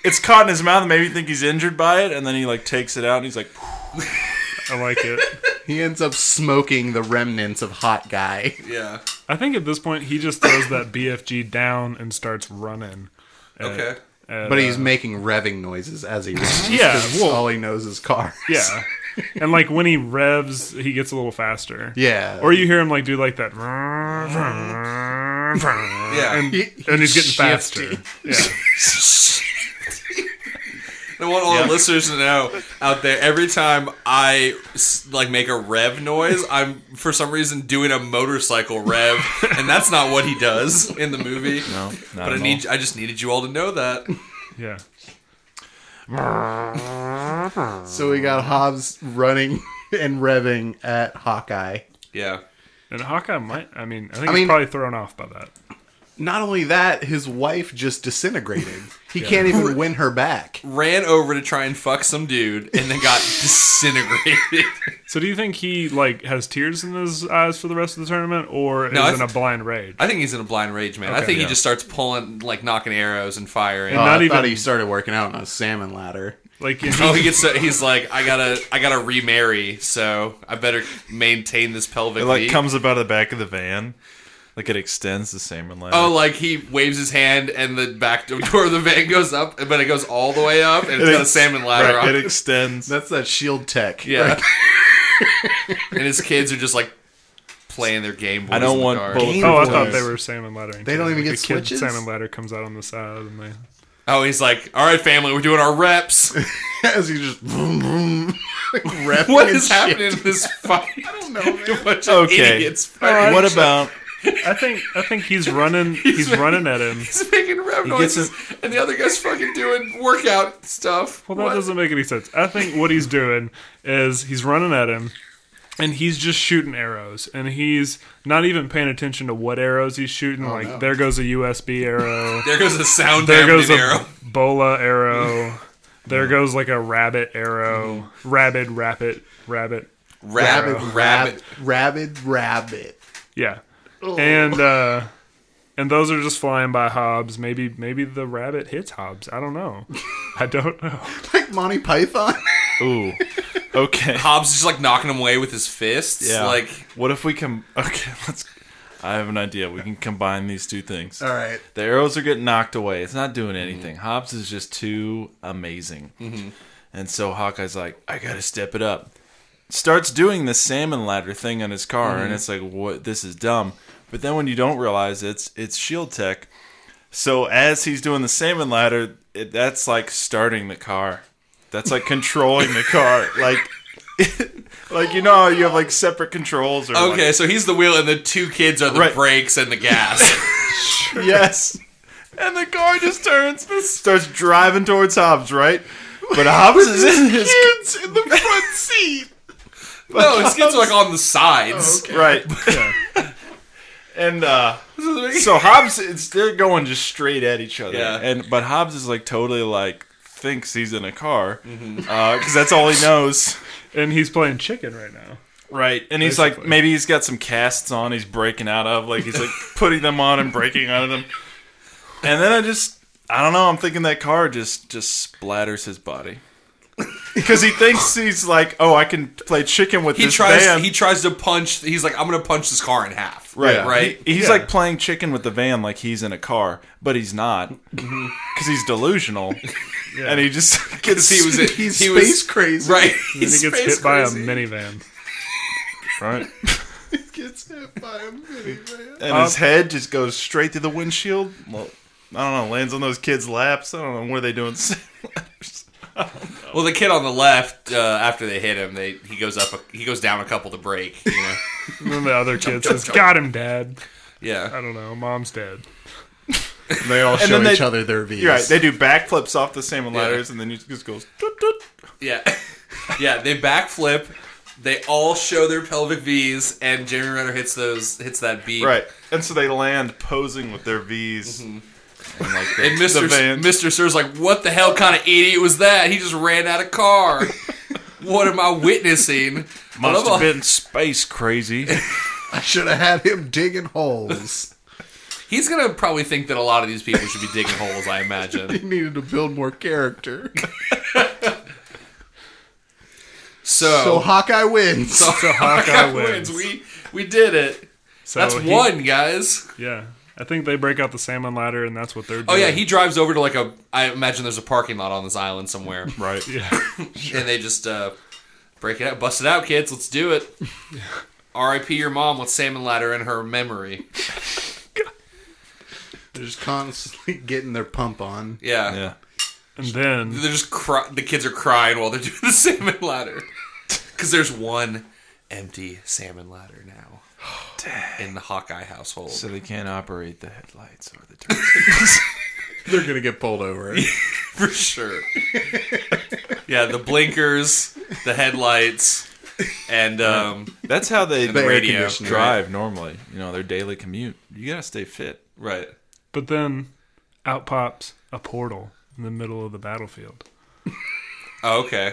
Speaker 2: It's caught in his mouth, and maybe you think he's injured by it, and then he like takes it out, and he's like,
Speaker 4: I like it.
Speaker 3: he ends up smoking the remnants of Hot Guy?
Speaker 1: Yeah.
Speaker 4: I think at this point he just throws that BFG down and starts running. at-
Speaker 1: Okay.
Speaker 4: at,
Speaker 3: But he's
Speaker 4: uh,
Speaker 3: making revving noises as he runs.
Speaker 4: Yeah,
Speaker 3: 'cause
Speaker 4: well-
Speaker 3: all he knows is cars.
Speaker 4: yeah. And like when he revs, he gets a little faster.
Speaker 3: yeah.
Speaker 4: Or you hear him like do like that. Yeah.
Speaker 1: Yeah.
Speaker 4: And,
Speaker 3: He-
Speaker 4: and he's getting
Speaker 3: he's
Speaker 4: faster.
Speaker 3: shifty.
Speaker 4: Yeah.
Speaker 1: I want all the listeners to know out there. Every time I s- like make a rev noise, I'm for some reason doing a motorcycle rev, and that's not what he does in the movie.
Speaker 2: "No, not
Speaker 1: but I
Speaker 2: at
Speaker 1: need,
Speaker 2: all.
Speaker 1: I just needed you all to know that.
Speaker 4: Yeah.
Speaker 3: so we got Hobbs running and revving at Hawkeye.
Speaker 1: Yeah,
Speaker 4: And Hawkeye might, I mean, I think
Speaker 3: I
Speaker 4: he's
Speaker 3: mean-
Speaker 4: probably thrown off by that.
Speaker 3: Not only that, his wife just disintegrated. He can't even win her back.
Speaker 1: ran over to try and fuck some dude, and then got disintegrated.
Speaker 4: So do you think he like has tears in his eyes for the rest of the tournament or
Speaker 1: No, I
Speaker 4: is in a
Speaker 1: th-
Speaker 4: blind rage?
Speaker 1: I think he's in a blind rage, man. I
Speaker 4: Okay,
Speaker 1: think he
Speaker 4: yeah.
Speaker 1: just starts pulling, like knocking arrows and firing.
Speaker 3: Oh,
Speaker 4: Not
Speaker 3: I thought
Speaker 4: even-
Speaker 3: he started working out on a salmon ladder.
Speaker 4: Like is
Speaker 1: Oh,
Speaker 4: he,
Speaker 1: he gets. So, he's like, I gotta, I gotta remarry, so I better maintain this pelvic.
Speaker 2: It like
Speaker 1: V."
Speaker 2: comes up out of the back of the van. Like it extends the salmon ladder.
Speaker 1: Oh, like he waves his hand and the back door of the van goes up, but it goes all the way up and it's got a salmon ladder
Speaker 2: right,
Speaker 1: on
Speaker 2: It extends.
Speaker 3: That's that shield tech.
Speaker 1: Yeah. and his kids are just like playing their Game Boys.
Speaker 2: I don't
Speaker 1: in the
Speaker 2: want
Speaker 1: car.
Speaker 2: bullet-
Speaker 4: Oh, I
Speaker 3: Boys.
Speaker 4: thought they were salmon laddering.
Speaker 3: They don't
Speaker 4: too.
Speaker 3: even
Speaker 4: Like,
Speaker 3: get
Speaker 4: a kid
Speaker 3: switches?
Speaker 4: Salmon ladder comes out on the side, and they
Speaker 1: Oh, he's like, all right, family, we're doing our reps.
Speaker 3: As you just vroom, vroom, like,
Speaker 1: What is happening in this fight? I don't know. A bunch of
Speaker 2: Okay.
Speaker 1: idiots fighting.
Speaker 2: What about
Speaker 4: I think I think he's running. He's running at him.
Speaker 1: He's making rep
Speaker 2: gets
Speaker 1: noises, and the other guy's fucking doing workout stuff.
Speaker 4: Well, that
Speaker 1: What?
Speaker 4: doesn't make any sense. I think what he's doing is he's running at him, and he's just shooting arrows, and he's not even paying attention to what arrows he's shooting. like
Speaker 3: no.
Speaker 4: there goes a USB arrow.
Speaker 1: There goes a sound
Speaker 4: there goes a
Speaker 1: arrow.
Speaker 4: bola arrow. There goes like a rabbit arrow. Rabid, rapid, rabbit.
Speaker 1: Rabbit, rabbit.
Speaker 3: rabbit, rabbit, rabbit.
Speaker 4: Yeah. And uh and those are just flying by Hobbs. Maybe maybe the rabbit hits Hobbs. I don't know. I don't know.
Speaker 3: Like Monty Python.
Speaker 2: ooh? Okay.
Speaker 1: Hobbs is just like knocking him away with his fists.
Speaker 2: Yeah.
Speaker 1: Like,
Speaker 2: what if we can? Okay, let's. I have an idea. We can combine these two things.
Speaker 3: All right.
Speaker 2: The arrows are getting knocked away. It's not doing anything. Hobbs is just too amazing. And so Hawkeye's like, I gotta step it up. Starts doing the salmon ladder thing on his car, and it's like, what? This is dumb. But then when you don't realize it's it's shield tech. So as he's doing the salmon ladder, it, that's like starting the car. That's like controlling the car. Like, like you know, how you have like separate controls. Or like-
Speaker 1: okay, so he's the wheel, and the two kids are the
Speaker 2: Right.
Speaker 1: brakes and the gas.
Speaker 2: Yes. And the car just turns, starts driving towards Hobbs, right? But Hobbs is in his
Speaker 3: Kids in the front seat.
Speaker 1: no, his kids are like on the sides.
Speaker 2: right. And uh, so Hobbs, it's they're going just straight at each other.
Speaker 1: Yeah.
Speaker 2: And but Hobbs is like totally like thinks he's in a car because that's all he knows.
Speaker 4: And he's playing chicken right now.
Speaker 2: Right. And he's like,
Speaker 4: Basically.
Speaker 2: maybe he's got some casts on he's breaking out of. Like, he's like putting them on and breaking out of them. And then I just, I don't know, I'm thinking that car just, just splatters his body. Because he thinks he's like, oh, I can play chicken with
Speaker 1: He
Speaker 2: this
Speaker 1: tries.
Speaker 2: van.
Speaker 1: He tries to punch. He's like, I'm gonna punch this car in half.
Speaker 2: right.
Speaker 1: Right.
Speaker 2: He- he's
Speaker 4: Yeah.
Speaker 2: like playing chicken with the van like he's in a car, but he's not.
Speaker 1: Mm-hmm.
Speaker 2: Because he's delusional. And he just gets,
Speaker 1: he was.
Speaker 3: He's
Speaker 1: he
Speaker 3: space
Speaker 1: was
Speaker 3: crazy.
Speaker 1: right.
Speaker 4: And he
Speaker 1: He's
Speaker 4: gets
Speaker 1: space
Speaker 4: hit by a
Speaker 1: crazy.
Speaker 4: minivan.
Speaker 2: right.
Speaker 3: Gets hit by a minivan.
Speaker 2: And his head just goes straight through the windshield. Well, I don't know, lands on those kids' laps. I don't know, what are they doing?
Speaker 1: Well, the kid on the left, uh, after they hit him, they he goes up. A, he goes down a couple to break. You know.
Speaker 4: And then the other kid says, Got him, Dad. I
Speaker 1: Yeah.
Speaker 4: don't know, mom's dead.
Speaker 3: They all
Speaker 2: then
Speaker 3: show
Speaker 2: they-
Speaker 3: each other their V's.
Speaker 2: You're right. They do backflips off the salmon ladders, and then you just goes. Doot, doot.
Speaker 1: Yeah. yeah. They backflip. They all show their pelvic V's, and Jeremy Renner hits those. Hits that beat.
Speaker 2: Right, and so they land posing with their V's. And, like the,
Speaker 1: And
Speaker 2: the
Speaker 1: Mr.
Speaker 2: van.
Speaker 1: Mr. Sir's like, what the hell kind of idiot was that? He just ran out of car. what am I witnessing? I love all-
Speaker 2: been space crazy.
Speaker 3: I should have had him digging holes.
Speaker 1: He's gonna probably think that a lot of these people should be digging holes. I imagine.
Speaker 3: he needed to build more character.
Speaker 1: So,
Speaker 3: So Hawkeye wins.
Speaker 1: so
Speaker 4: Hawkeye wins.
Speaker 1: We we did it.
Speaker 4: So
Speaker 1: That's
Speaker 4: he-
Speaker 1: one, guys.
Speaker 4: Yeah. I think they break out the salmon ladder and that's what they're
Speaker 1: Oh
Speaker 4: doing.
Speaker 1: yeah, he drives over to like a. I imagine there's a parking lot on this island somewhere,
Speaker 2: right.
Speaker 4: Yeah.
Speaker 1: and they just uh, break it out, bust it out, kids. Let's do it. R.I.P. your mom with salmon ladder in her memory.
Speaker 3: They're just constantly getting their pump on.
Speaker 1: Yeah,
Speaker 2: Yeah.
Speaker 4: And then
Speaker 1: they're just cry- the kids are crying while they're doing the salmon ladder because there's one empty salmon ladder now in the Hawkeye household.
Speaker 2: So they can't operate the headlights or the turn.
Speaker 3: They're gonna get pulled over.
Speaker 1: for sure. yeah, the blinkers, the headlights, and um,
Speaker 2: That's how they
Speaker 1: the
Speaker 2: radio
Speaker 1: radio.
Speaker 2: drive normally. You know, their daily commute. You gotta stay fit.
Speaker 1: right.
Speaker 4: but then out pops a portal in the middle of the battlefield.
Speaker 1: Oh, okay.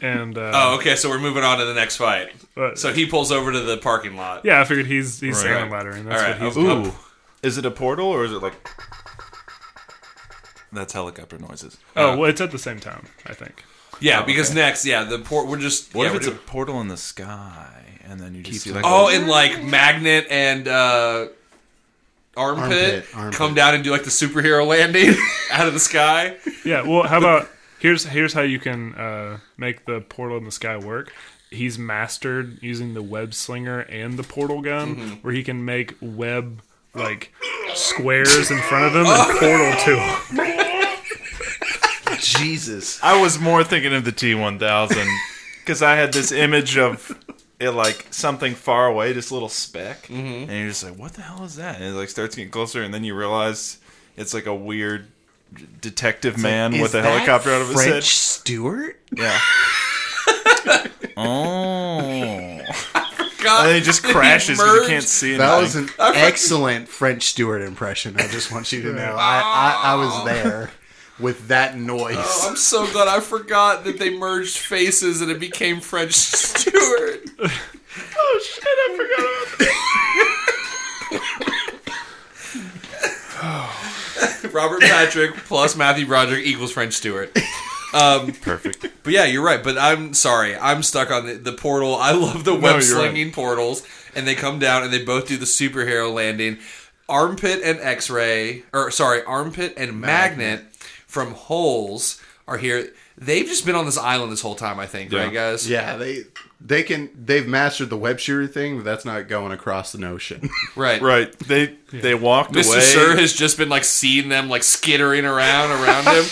Speaker 4: And uh
Speaker 1: Oh, okay. So we're moving on to the next fight.
Speaker 4: but-
Speaker 1: So he pulls over to the parking lot.
Speaker 4: Yeah, I figured he's he's
Speaker 2: Right.
Speaker 4: salmon laddering. That's
Speaker 1: All right, Oh,
Speaker 4: what he's
Speaker 1: I'll-
Speaker 4: doing.
Speaker 1: Ooh.
Speaker 2: Is it a portal or is it like? That's helicopter noises.
Speaker 1: uh,
Speaker 4: Oh, well, it's at the same time, I think.
Speaker 1: Yeah, because next, yeah, the port. We're just.
Speaker 2: What
Speaker 1: yeah,
Speaker 2: if
Speaker 1: we're
Speaker 2: it's a
Speaker 1: doing-
Speaker 2: portal in the sky? and then you just see like
Speaker 1: Oh, and like Magnet and uh, armpit,
Speaker 3: Armpit, armpit.
Speaker 1: come down and do like the superhero landing out of the sky.
Speaker 4: Yeah. Well, how about here's here's how you can uh, make the portal in the sky work. He's mastered using the web slinger and the portal gun,
Speaker 1: Mm-hmm.
Speaker 4: where he can make web like squares in front of him and portal to. Him.
Speaker 3: Jesus.
Speaker 2: I was more thinking of the T1000 because I had this image of it like something far away, just a little speck, and you're just like, "What the hell is that?" And it like starts getting closer, and then you realize it's like a weird detective man with a helicopter out of his head.
Speaker 3: Stewart?
Speaker 2: Yeah. oh.
Speaker 1: God,
Speaker 2: And then he just crashes because you can't see anything.
Speaker 3: That was an excellent French Stewart impression. I just want you to know. I, I, I was there with that noise.
Speaker 1: I'm so glad I forgot that they merged faces and it became French Stewart.
Speaker 4: Oh,
Speaker 1: Robert Patrick plus Matthew Broderick equals French Stewart.
Speaker 2: perfect.
Speaker 1: But yeah, you're right. But I'm sorry. I'm stuck on the, the portal. I love the web
Speaker 2: you're
Speaker 1: slinging portals, and they come down and they both do the superhero landing. Armpit and X Ray, or sorry, Armpit and Magnet, from Holes are here. They've just been on this island this whole time, I think,
Speaker 2: Yeah.
Speaker 1: right, guys?
Speaker 3: Yeah, they they can they've mastered the web shooter thing, but that's not going across an ocean.
Speaker 1: Right.
Speaker 2: Right. They they walked
Speaker 1: Mr.
Speaker 2: away.
Speaker 1: Sir has just been like seeing them like skittering around around him.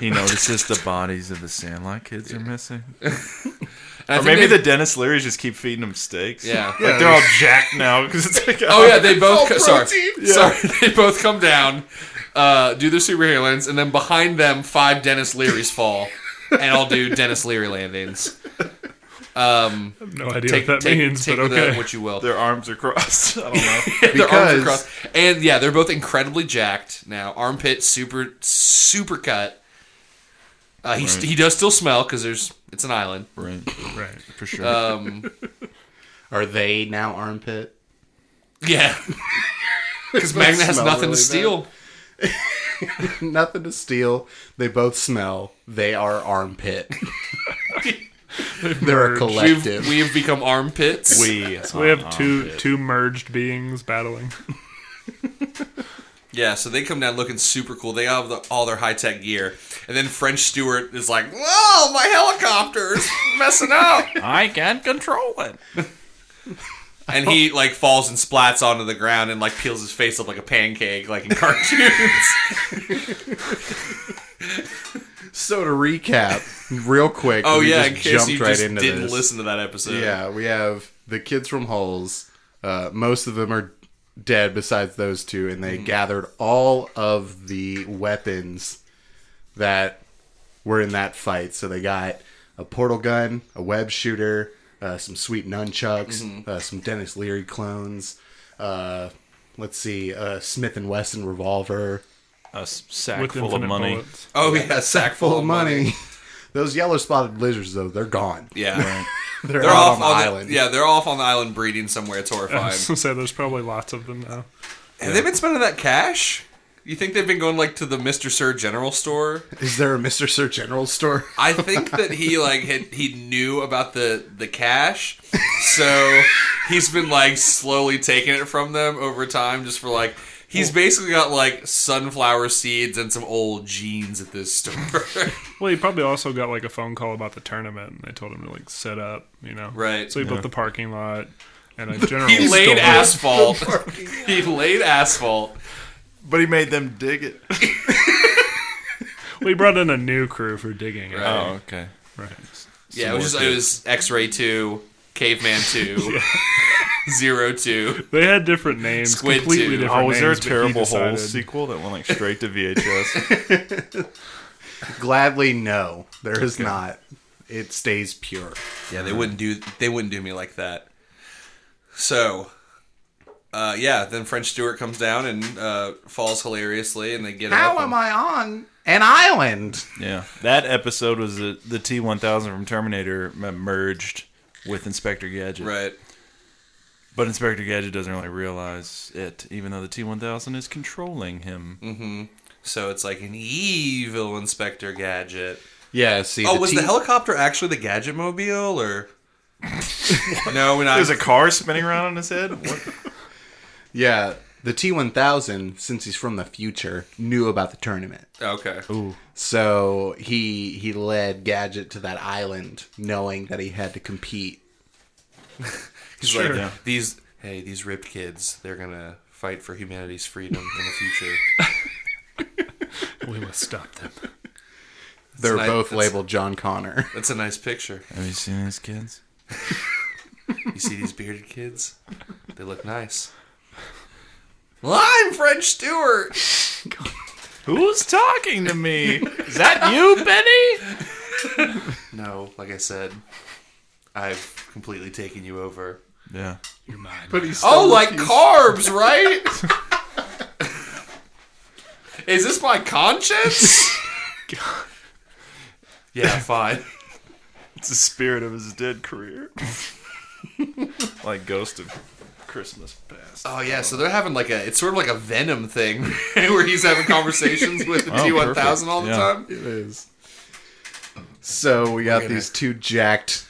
Speaker 2: he notices the bodies of the Sandlot kids are missing.
Speaker 1: And I
Speaker 2: Or
Speaker 1: think
Speaker 2: maybe
Speaker 1: they-
Speaker 2: the Dennis Learys just keep feeding them steaks.
Speaker 1: Yeah.
Speaker 2: Like they're all jacked now because it's like
Speaker 1: Oh yeah, they both co-
Speaker 3: all
Speaker 1: sorry,
Speaker 3: protein.
Speaker 1: sorry, they both come down, uh, do their superhero lands, and then behind them five Dennis Learys fall, and all do Dennis Leary landings. Um,
Speaker 4: No idea
Speaker 1: take
Speaker 4: what that
Speaker 1: take,
Speaker 4: means,
Speaker 1: take
Speaker 4: but
Speaker 1: with that
Speaker 4: okay.
Speaker 1: what you will.
Speaker 2: Their arms are crossed. I don't know.
Speaker 1: Their arms are
Speaker 3: Because-
Speaker 1: crossed, and yeah, they're both incredibly jacked now. Armpit super super cut. Uh, he st- he does still smell because there's it's an island.
Speaker 2: right.
Speaker 4: right.
Speaker 2: For sure.
Speaker 1: Um,
Speaker 3: Are they now armpit?
Speaker 1: yeah, because Magna has
Speaker 3: smell
Speaker 1: nothing
Speaker 3: really
Speaker 1: to steal.
Speaker 3: Nothing to steal. They both smell. They are armpit. They're a
Speaker 1: We've
Speaker 3: collective.
Speaker 1: we have become armpits.
Speaker 2: we
Speaker 4: We have
Speaker 1: Ah,
Speaker 4: two two merged beings battling.
Speaker 1: Yeah, so they come down looking super cool. They have the, all their high tech gear, and then French Stewart is like, "Whoa, my helicopter's messing up,"
Speaker 2: I can't control it.
Speaker 1: and he like falls and splats onto the ground and like peels his face up like a pancake, like in cartoons.
Speaker 3: so to recap, real quick.
Speaker 1: oh
Speaker 3: we
Speaker 1: yeah, in
Speaker 3: just
Speaker 1: case you
Speaker 3: jumped right
Speaker 1: just
Speaker 3: into
Speaker 1: didn't
Speaker 3: this.
Speaker 1: listen to that episode.
Speaker 3: Yeah, we have the kids from Hulls. Uh, most of them are dead, besides those two, and they gathered all of the weapons that were in that fight. So they got a portal gun, a web shooter, uh, some sweet nunchucks, uh, some Dennis Leary clones. Uh, let's see, a Smith and Wesson revolver,
Speaker 2: A s- sack
Speaker 4: With
Speaker 2: full of
Speaker 4: infinite
Speaker 2: money.
Speaker 4: bullets.
Speaker 1: Oh yeah, a sack
Speaker 3: full of money. Those yellow spotted lizards, though, they're gone.
Speaker 1: Yeah,
Speaker 3: They're,
Speaker 1: they're
Speaker 3: out
Speaker 1: off
Speaker 3: on the island.
Speaker 1: yeah, they're off on the island breeding somewhere. It's
Speaker 4: I
Speaker 1: horrifying.
Speaker 4: was gonna say there's probably lots of them now.
Speaker 1: Have they been spending that cash? You think they've been going like to the Mister Sir General Store?
Speaker 3: Is there a Mr. Sir General store?
Speaker 1: I think that he like had, he knew about the the cash, so he's been like slowly taking it from them over time, just for like he's basically got like sunflower seeds and some old jeans at this store,
Speaker 4: Well, he probably also got like a phone call about the tournament, and they told him to like set up, you know.
Speaker 1: right?
Speaker 4: So he built the parking lot and a general
Speaker 1: he
Speaker 4: store.
Speaker 1: laid asphalt. he laid asphalt.
Speaker 2: But he made them dig it.
Speaker 4: We brought in a new crew for digging. Right.
Speaker 2: Oh, okay.
Speaker 4: Right.
Speaker 1: yeah, it was just it was X Ray Two, Caveman Two, Zero Two.
Speaker 4: They had different names,
Speaker 1: Squid
Speaker 4: completely
Speaker 1: Tube.
Speaker 4: different
Speaker 2: Oh, was there a
Speaker 4: names. but he
Speaker 2: terrible
Speaker 4: decided-
Speaker 2: hole sequel that went like straight to VHS?
Speaker 3: Gladly, no. There is not. It stays pure.
Speaker 1: Yeah, they wouldn't do they wouldn't do me like that. So, uh, yeah, then French Stewart comes down and uh, falls hilariously, and they get
Speaker 3: How
Speaker 1: up
Speaker 3: am I on an island?
Speaker 2: yeah. That episode was the, the T1000 from Terminator m- merged with Inspector Gadget.
Speaker 1: Right.
Speaker 2: But Inspector Gadget doesn't really realize it, even though the T1000 is controlling him.
Speaker 1: So it's like an evil Inspector Gadget.
Speaker 3: Yeah, see.
Speaker 1: Oh, was
Speaker 3: T-
Speaker 1: the helicopter actually the Gadget Mobile or No, we're not.
Speaker 2: There's a car spinning around on his head. What?
Speaker 3: Yeah, the T1000, since he's from the future, knew about the tournament.
Speaker 1: Oh, okay.
Speaker 3: So he he led Gadget to that island, knowing that he had to compete.
Speaker 1: He's
Speaker 4: Sure.
Speaker 1: like,
Speaker 2: Yeah.
Speaker 1: these, hey, these ripped kids, they're going to fight for humanity's freedom in the future.
Speaker 4: We must stop them.
Speaker 3: They're
Speaker 1: nice.
Speaker 3: both
Speaker 1: That's-
Speaker 3: labeled John Connor.
Speaker 1: That's a nice picture.
Speaker 2: Have you seen these kids?
Speaker 1: You see these bearded kids? They look nice. Well, I'm French Stewart.
Speaker 2: Who's talking to me? Is that you, Benny?
Speaker 1: No, like I said, I've completely taken you over.
Speaker 2: Yeah.
Speaker 4: You're mine.
Speaker 3: But he's
Speaker 1: Oh, like carbs, right? Is this my conscience? yeah, fine.
Speaker 2: It's the spirit of his dead career. like Ghost of Christmas Past.
Speaker 1: Oh yeah, so they're having like a it's sort of like a Venom thing where he's having conversations with the T1000 all the
Speaker 2: Yeah.
Speaker 1: time.
Speaker 3: It is. So we got these two jacked,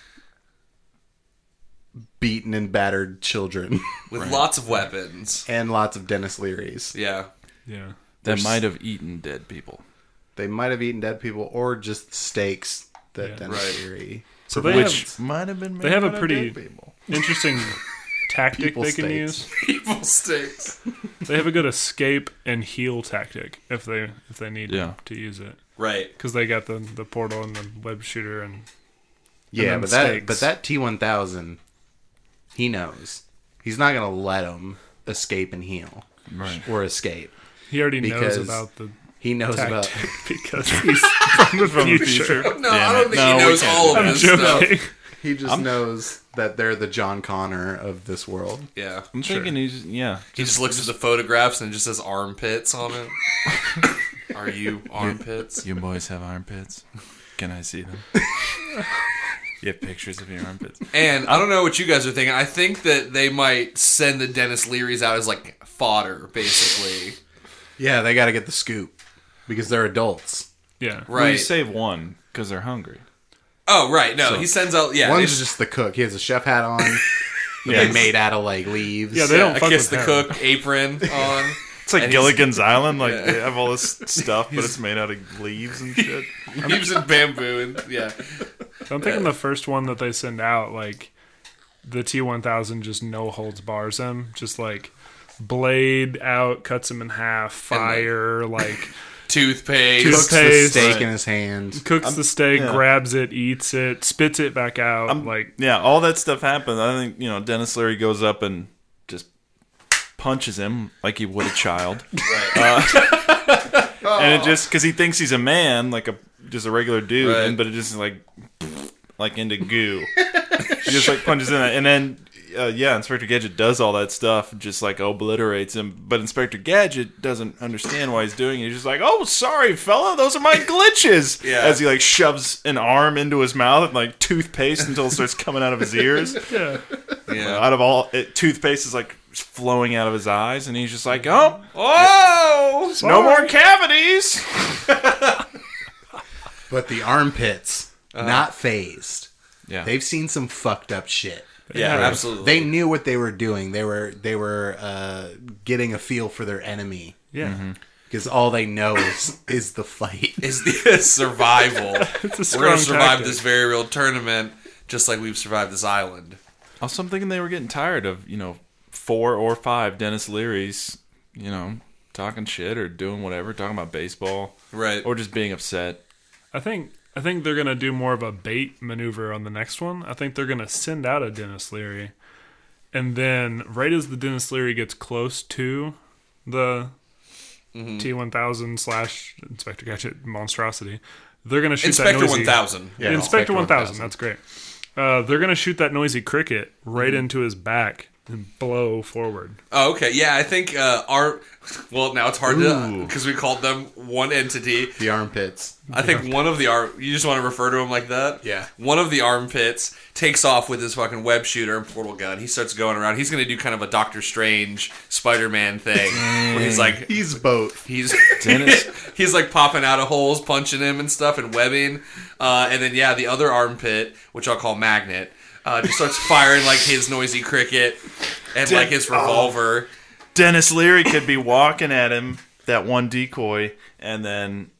Speaker 3: beaten and battered children,
Speaker 1: with lots of weapons.
Speaker 3: and lots of Dennis Learys.
Speaker 1: Yeah.
Speaker 4: Yeah.
Speaker 2: That might have eaten dead people.
Speaker 3: They might have eaten dead people or just steaks that
Speaker 4: Yeah.
Speaker 3: Dennis
Speaker 1: Right.
Speaker 3: Leary.
Speaker 4: So they
Speaker 2: Which
Speaker 4: have
Speaker 2: might have been. Made
Speaker 4: have a
Speaker 2: out of
Speaker 4: pretty-
Speaker 2: dead people.
Speaker 4: interesting tactic
Speaker 3: People
Speaker 4: they can
Speaker 3: states.
Speaker 4: use.
Speaker 1: People sticks.
Speaker 4: They have a good escape and heal tactic if they if they need
Speaker 2: Yeah.
Speaker 4: to use it
Speaker 1: Right.
Speaker 4: because they got the the portal and the web shooter and
Speaker 3: Yeah,
Speaker 4: then
Speaker 3: but
Speaker 4: steaks.
Speaker 3: that but that T one thousand, he knows he's not gonna let him escape and heal
Speaker 2: Right.
Speaker 3: or escape.
Speaker 4: he already
Speaker 3: Because-
Speaker 4: knows about the
Speaker 3: He knows about
Speaker 4: tactic because he's from the future.
Speaker 1: No,
Speaker 2: Damn
Speaker 1: I don't
Speaker 2: it.
Speaker 1: think
Speaker 2: No,
Speaker 1: he
Speaker 2: we
Speaker 1: knows
Speaker 2: can't
Speaker 1: all
Speaker 2: do
Speaker 1: of
Speaker 4: I'm
Speaker 1: this stuff.
Speaker 4: joking.
Speaker 3: he just knows that they're the John Connor of this world.
Speaker 1: Yeah.
Speaker 2: I'm thinking he's yeah.
Speaker 1: He just looks at the photographs and it just says armpits on it. Are you armpits?
Speaker 2: You boys have armpits. Can I see them? you have pictures of your armpits.
Speaker 1: And I don't know what you guys are thinking. I think that they might send the Dennis Learys out as like fodder, basically.
Speaker 3: Yeah, they got to get the scoop because they're adults.
Speaker 4: Yeah.
Speaker 2: Well,
Speaker 1: Right.
Speaker 2: you save one because they're hungry.
Speaker 1: oh, right. No, he sends out. Yeah.
Speaker 3: One's
Speaker 1: they-
Speaker 3: just the cook. He has a chef hat on. that
Speaker 2: Yeah.
Speaker 3: they made out of like leaves.
Speaker 4: Yeah, they don't
Speaker 1: I
Speaker 4: fuck
Speaker 1: kiss
Speaker 4: with
Speaker 1: the
Speaker 4: him.
Speaker 1: cook apron on.
Speaker 2: It's like
Speaker 1: And he's-
Speaker 2: Gilligan's Island. Like they have all this stuff, but it's made out of leaves and shit.
Speaker 1: leaves in bamboo and yeah.
Speaker 4: I'm thinking the first one that they send out, like the T1000, just no holds bars him, just like blade out, cuts him in half, fire, like
Speaker 1: Toothpaste.
Speaker 3: Cooks the
Speaker 4: Taste.
Speaker 3: steak
Speaker 2: Right.
Speaker 3: in his hand.
Speaker 4: cooks the steak,
Speaker 2: yeah.
Speaker 4: grabs it, eats it, spits it back out, like
Speaker 2: Yeah, all that stuff happened. I think you know Dennis Leary goes up and just punches him like he would a child, Uh, and it just because he thinks he's a man, like a just a regular dude,
Speaker 1: Right.
Speaker 2: and, but it just like like into goo. he just like punches in, it. and then uh, yeah, Inspector Gadget does all that stuff, just like obliterates him. But Inspector Gadget doesn't understand why he's doing it. He's just like, "Oh, sorry, fella, those are my glitches."
Speaker 1: Yeah.
Speaker 2: As he like shoves an arm into his mouth and like toothpaste until it starts coming out of his ears.
Speaker 1: Yeah.
Speaker 2: Out of all it, toothpaste is like flowing out of his eyes, and he's just like, "Oh,
Speaker 1: Oh,
Speaker 2: no more cavities."
Speaker 3: But the armpits, not phased.
Speaker 2: Yeah.
Speaker 3: They've seen some fucked up shit.
Speaker 1: yeah,
Speaker 4: Right.
Speaker 1: absolutely.
Speaker 3: They knew what they were doing. They were they were uh, getting a feel for their enemy
Speaker 4: yeah,
Speaker 1: Mm-hmm.
Speaker 3: because all they know is is the fight.
Speaker 1: is the survival.
Speaker 4: it's a
Speaker 1: We're
Speaker 4: strong
Speaker 1: gonna survive
Speaker 4: tactic.
Speaker 1: this very real tournament, just like we've survived this island.
Speaker 2: Also, I'm thinking they were getting tired of you know four or five Dennis Learys, you know, talking shit or doing whatever, talking about baseball,
Speaker 1: Right.
Speaker 2: or just being upset.
Speaker 4: I think I think they're gonna do more of a bait maneuver on the next one. I think they're gonna send out a Dennis Leary, and then right as the Dennis Leary gets close to the
Speaker 1: Mm-hmm.
Speaker 4: T one thousand slash Inspector Gadget monstrosity, they're gonna shoot that
Speaker 1: Inspector
Speaker 4: noisy
Speaker 1: One Thousand.
Speaker 3: Yeah,
Speaker 4: Inspector
Speaker 3: Inspector
Speaker 4: One Thousand. That's great. Uh, they're gonna shoot that noisy cricket
Speaker 1: Mm-hmm.
Speaker 4: right into his back and blow forward.
Speaker 1: Oh, okay. Yeah, I think uh, our. Well, now it's hard to
Speaker 2: Ooh.
Speaker 1: because we called them one entity.
Speaker 3: The armpits.
Speaker 1: I think one of the arm. You just want to refer to him like that.
Speaker 3: Yeah.
Speaker 1: One of the armpits takes off with his fucking web shooter and portal gun. He starts going around. He's gonna do kind of a Doctor Strange, Spider Man thing where he's like
Speaker 3: He's both.
Speaker 1: He's
Speaker 2: Dennis.
Speaker 1: he's like popping out of holes, punching him and stuff, and webbing. Uh, and then yeah, the other armpit, which I'll call Magnet, uh, just starts firing like his noisy cricket and like his
Speaker 2: Oh.
Speaker 1: revolver.
Speaker 2: Dennis Leary could be walking at him that one decoy, and then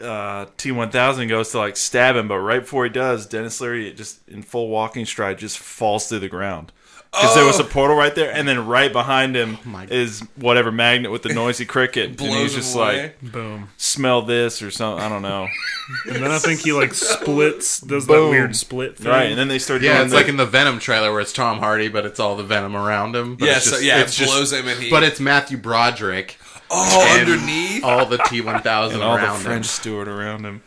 Speaker 2: uh, T1000 goes to like stab him, but right before he does, Dennis Leary just in full walking stride just falls through the ground. Because there was
Speaker 1: Oh!
Speaker 2: a portal right there, and then right behind him is whatever magnet with the noisy cricket. and
Speaker 1: blows
Speaker 2: he's just
Speaker 1: him away.
Speaker 2: like,
Speaker 4: Boom.
Speaker 2: smell this or something. I don't know.
Speaker 4: And then I think he like splits, does that
Speaker 2: Boom.
Speaker 4: weird split thing.
Speaker 2: right. And then they start
Speaker 3: Yeah,
Speaker 2: doing
Speaker 3: it's
Speaker 2: the-
Speaker 3: like in the Venom trailer where it's Tom Hardy, but it's all the Venom around him. But
Speaker 1: yeah,
Speaker 3: it's
Speaker 1: so, yeah,
Speaker 3: it's
Speaker 1: it blows him and he.
Speaker 3: But it's Matthew Broderick,
Speaker 1: oh,
Speaker 3: and-
Speaker 1: underneath.
Speaker 3: all the T1000
Speaker 2: and all the
Speaker 3: around
Speaker 2: French
Speaker 3: him.
Speaker 2: steward around him.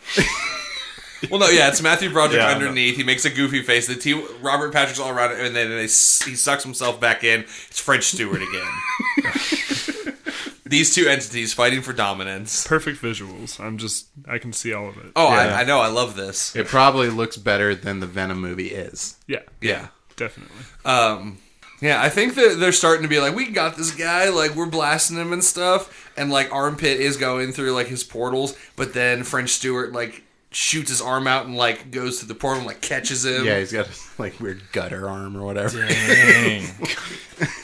Speaker 1: Well, no, yeah, it's Matthew Broderick
Speaker 2: Yeah, I know.
Speaker 1: underneath. He makes a goofy face. The T. Robert Patrick's all around, him, and then they, s- he sucks himself back in. It's French Stewart again. These two entities fighting for dominance.
Speaker 4: Perfect visuals. I'm just I can see all of it.
Speaker 1: Oh,
Speaker 2: Yeah.
Speaker 1: I, I know. I love this.
Speaker 3: It probably looks better than the Venom movie is.
Speaker 4: Yeah.
Speaker 1: Yeah.
Speaker 4: Definitely.
Speaker 1: Um, yeah, I think that they're starting to be like, we got this guy, like we're blasting him and stuff, and like Armpit is going through like his portals, but then French Stewart like shoots his arm out and like goes through the portal and like catches him.
Speaker 3: Yeah, he's got a, like weird gutter arm or whatever.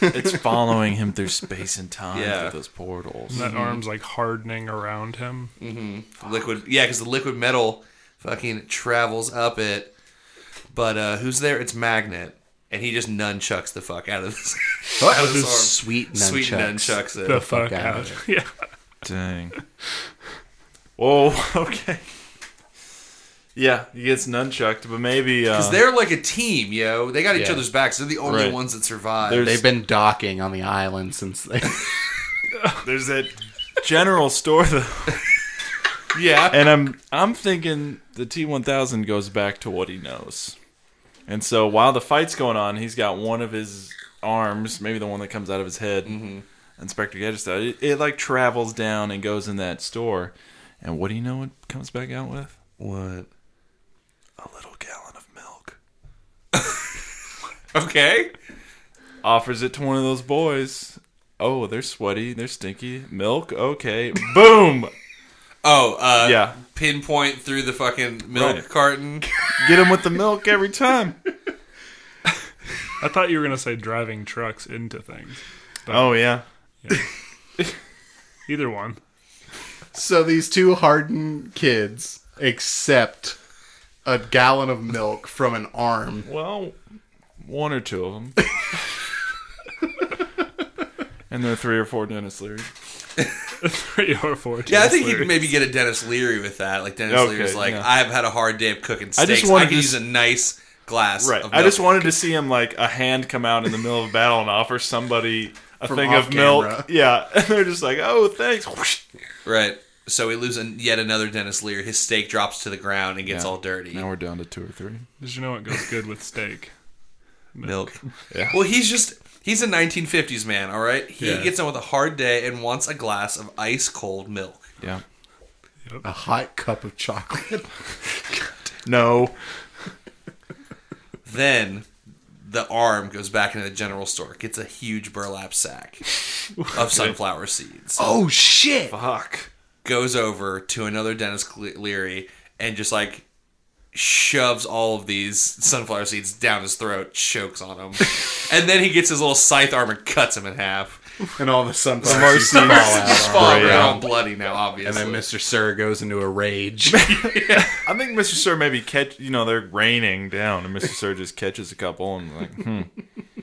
Speaker 2: it's following him through space and time
Speaker 1: Yeah.
Speaker 2: through those portals.
Speaker 4: That arm's like hardening around him.
Speaker 1: liquid. Yeah, because the liquid metal fucking travels up it. But uh who's there? It's Magnet, and he just nunchucks the fuck out of this. out of this arm.
Speaker 3: Sweet nunchucks.
Speaker 1: Sweet nunchucks it.
Speaker 4: The, fuck,
Speaker 3: out
Speaker 4: out.
Speaker 3: of
Speaker 4: Yeah.
Speaker 2: Dang. Whoa. Okay. Yeah, he gets nunchucked, but maybe uh,
Speaker 1: Because they're like a team, yo. They got each
Speaker 3: Yeah.
Speaker 1: other's backs. They're the only
Speaker 2: Right.
Speaker 1: ones that survive.
Speaker 2: There's-
Speaker 3: They've been docking on the island since they.
Speaker 2: there's that general store though.
Speaker 1: yeah.
Speaker 2: and I'm I'm thinking the T1000 goes back to what he knows. And so while the fight's going on, he's got one of his arms, maybe the one that comes out of his head, Inspector Gadget style. It, it like travels down and goes in that store. And what do you know it comes back out with?
Speaker 1: What?
Speaker 2: A little gallon of milk.
Speaker 1: Okay.
Speaker 2: Offers it to one of those boys. Oh, they're sweaty, they're stinky. Milk, okay. Boom.
Speaker 1: Oh, uh,
Speaker 2: Yeah.
Speaker 1: Pinpoint through the fucking milk
Speaker 2: Right.
Speaker 1: carton.
Speaker 2: Get him with the milk every time.
Speaker 4: I thought you were gonna say driving trucks into things.
Speaker 2: Oh yeah.
Speaker 4: Either one.
Speaker 3: so these two hardened kids accept a gallon of milk from an arm.
Speaker 2: Well, one or two of them. and there are three or four Dennis Leary.
Speaker 4: Three or four.
Speaker 1: Yeah, I think you
Speaker 4: Leary.
Speaker 1: could maybe get a Dennis Leary with that. Like Dennis
Speaker 2: Okay,
Speaker 1: Leary's like,
Speaker 2: yeah.
Speaker 1: I've had a hard day of cooking steaks. I,
Speaker 2: just wanted
Speaker 1: could
Speaker 2: to
Speaker 1: use a
Speaker 2: s-
Speaker 1: nice glass.
Speaker 2: Right.
Speaker 1: Of
Speaker 2: I just
Speaker 1: milk."
Speaker 2: wanted to see him like a hand come out in the middle of battle and offer somebody a
Speaker 3: From
Speaker 2: thing of
Speaker 3: off camera.
Speaker 2: milk. Yeah, and they're just like, "Oh, thanks."
Speaker 1: Right. So we lose an, yet another Dennis Leary. His steak drops to the ground and gets
Speaker 2: Yeah.
Speaker 1: all dirty.
Speaker 2: we're down to two or three.
Speaker 4: Did you know what goes good with steak?
Speaker 1: Milk.
Speaker 2: Yeah.
Speaker 1: Well, he's just. He's a 1950s man, all right? He
Speaker 3: Yeah.
Speaker 1: gets on with a hard day and wants a glass of ice cold milk.
Speaker 2: Yeah.
Speaker 3: A hot cup of chocolate.
Speaker 2: No.
Speaker 1: Then the arm goes back into the general store, gets a huge burlap sack of sunflower seeds.
Speaker 3: Oh shit!
Speaker 2: Fuck.
Speaker 1: goes over to another Dennis Cle- Leary and just like shoves all of these sunflower seeds down his throat, chokes on him, and then he gets his little scythe arm and cuts him in half.
Speaker 3: And all the sunflowers fall
Speaker 1: He's
Speaker 3: out. on
Speaker 1: falling
Speaker 3: the
Speaker 1: around
Speaker 3: ground.
Speaker 1: bloody now,
Speaker 3: Oh, And
Speaker 1: obviously.
Speaker 3: then Mr. Sir goes into a rage.
Speaker 2: I think Mr. Sir maybe catch. You know, they're raining down, and Mr. Sir just catches a couple and like, hmm.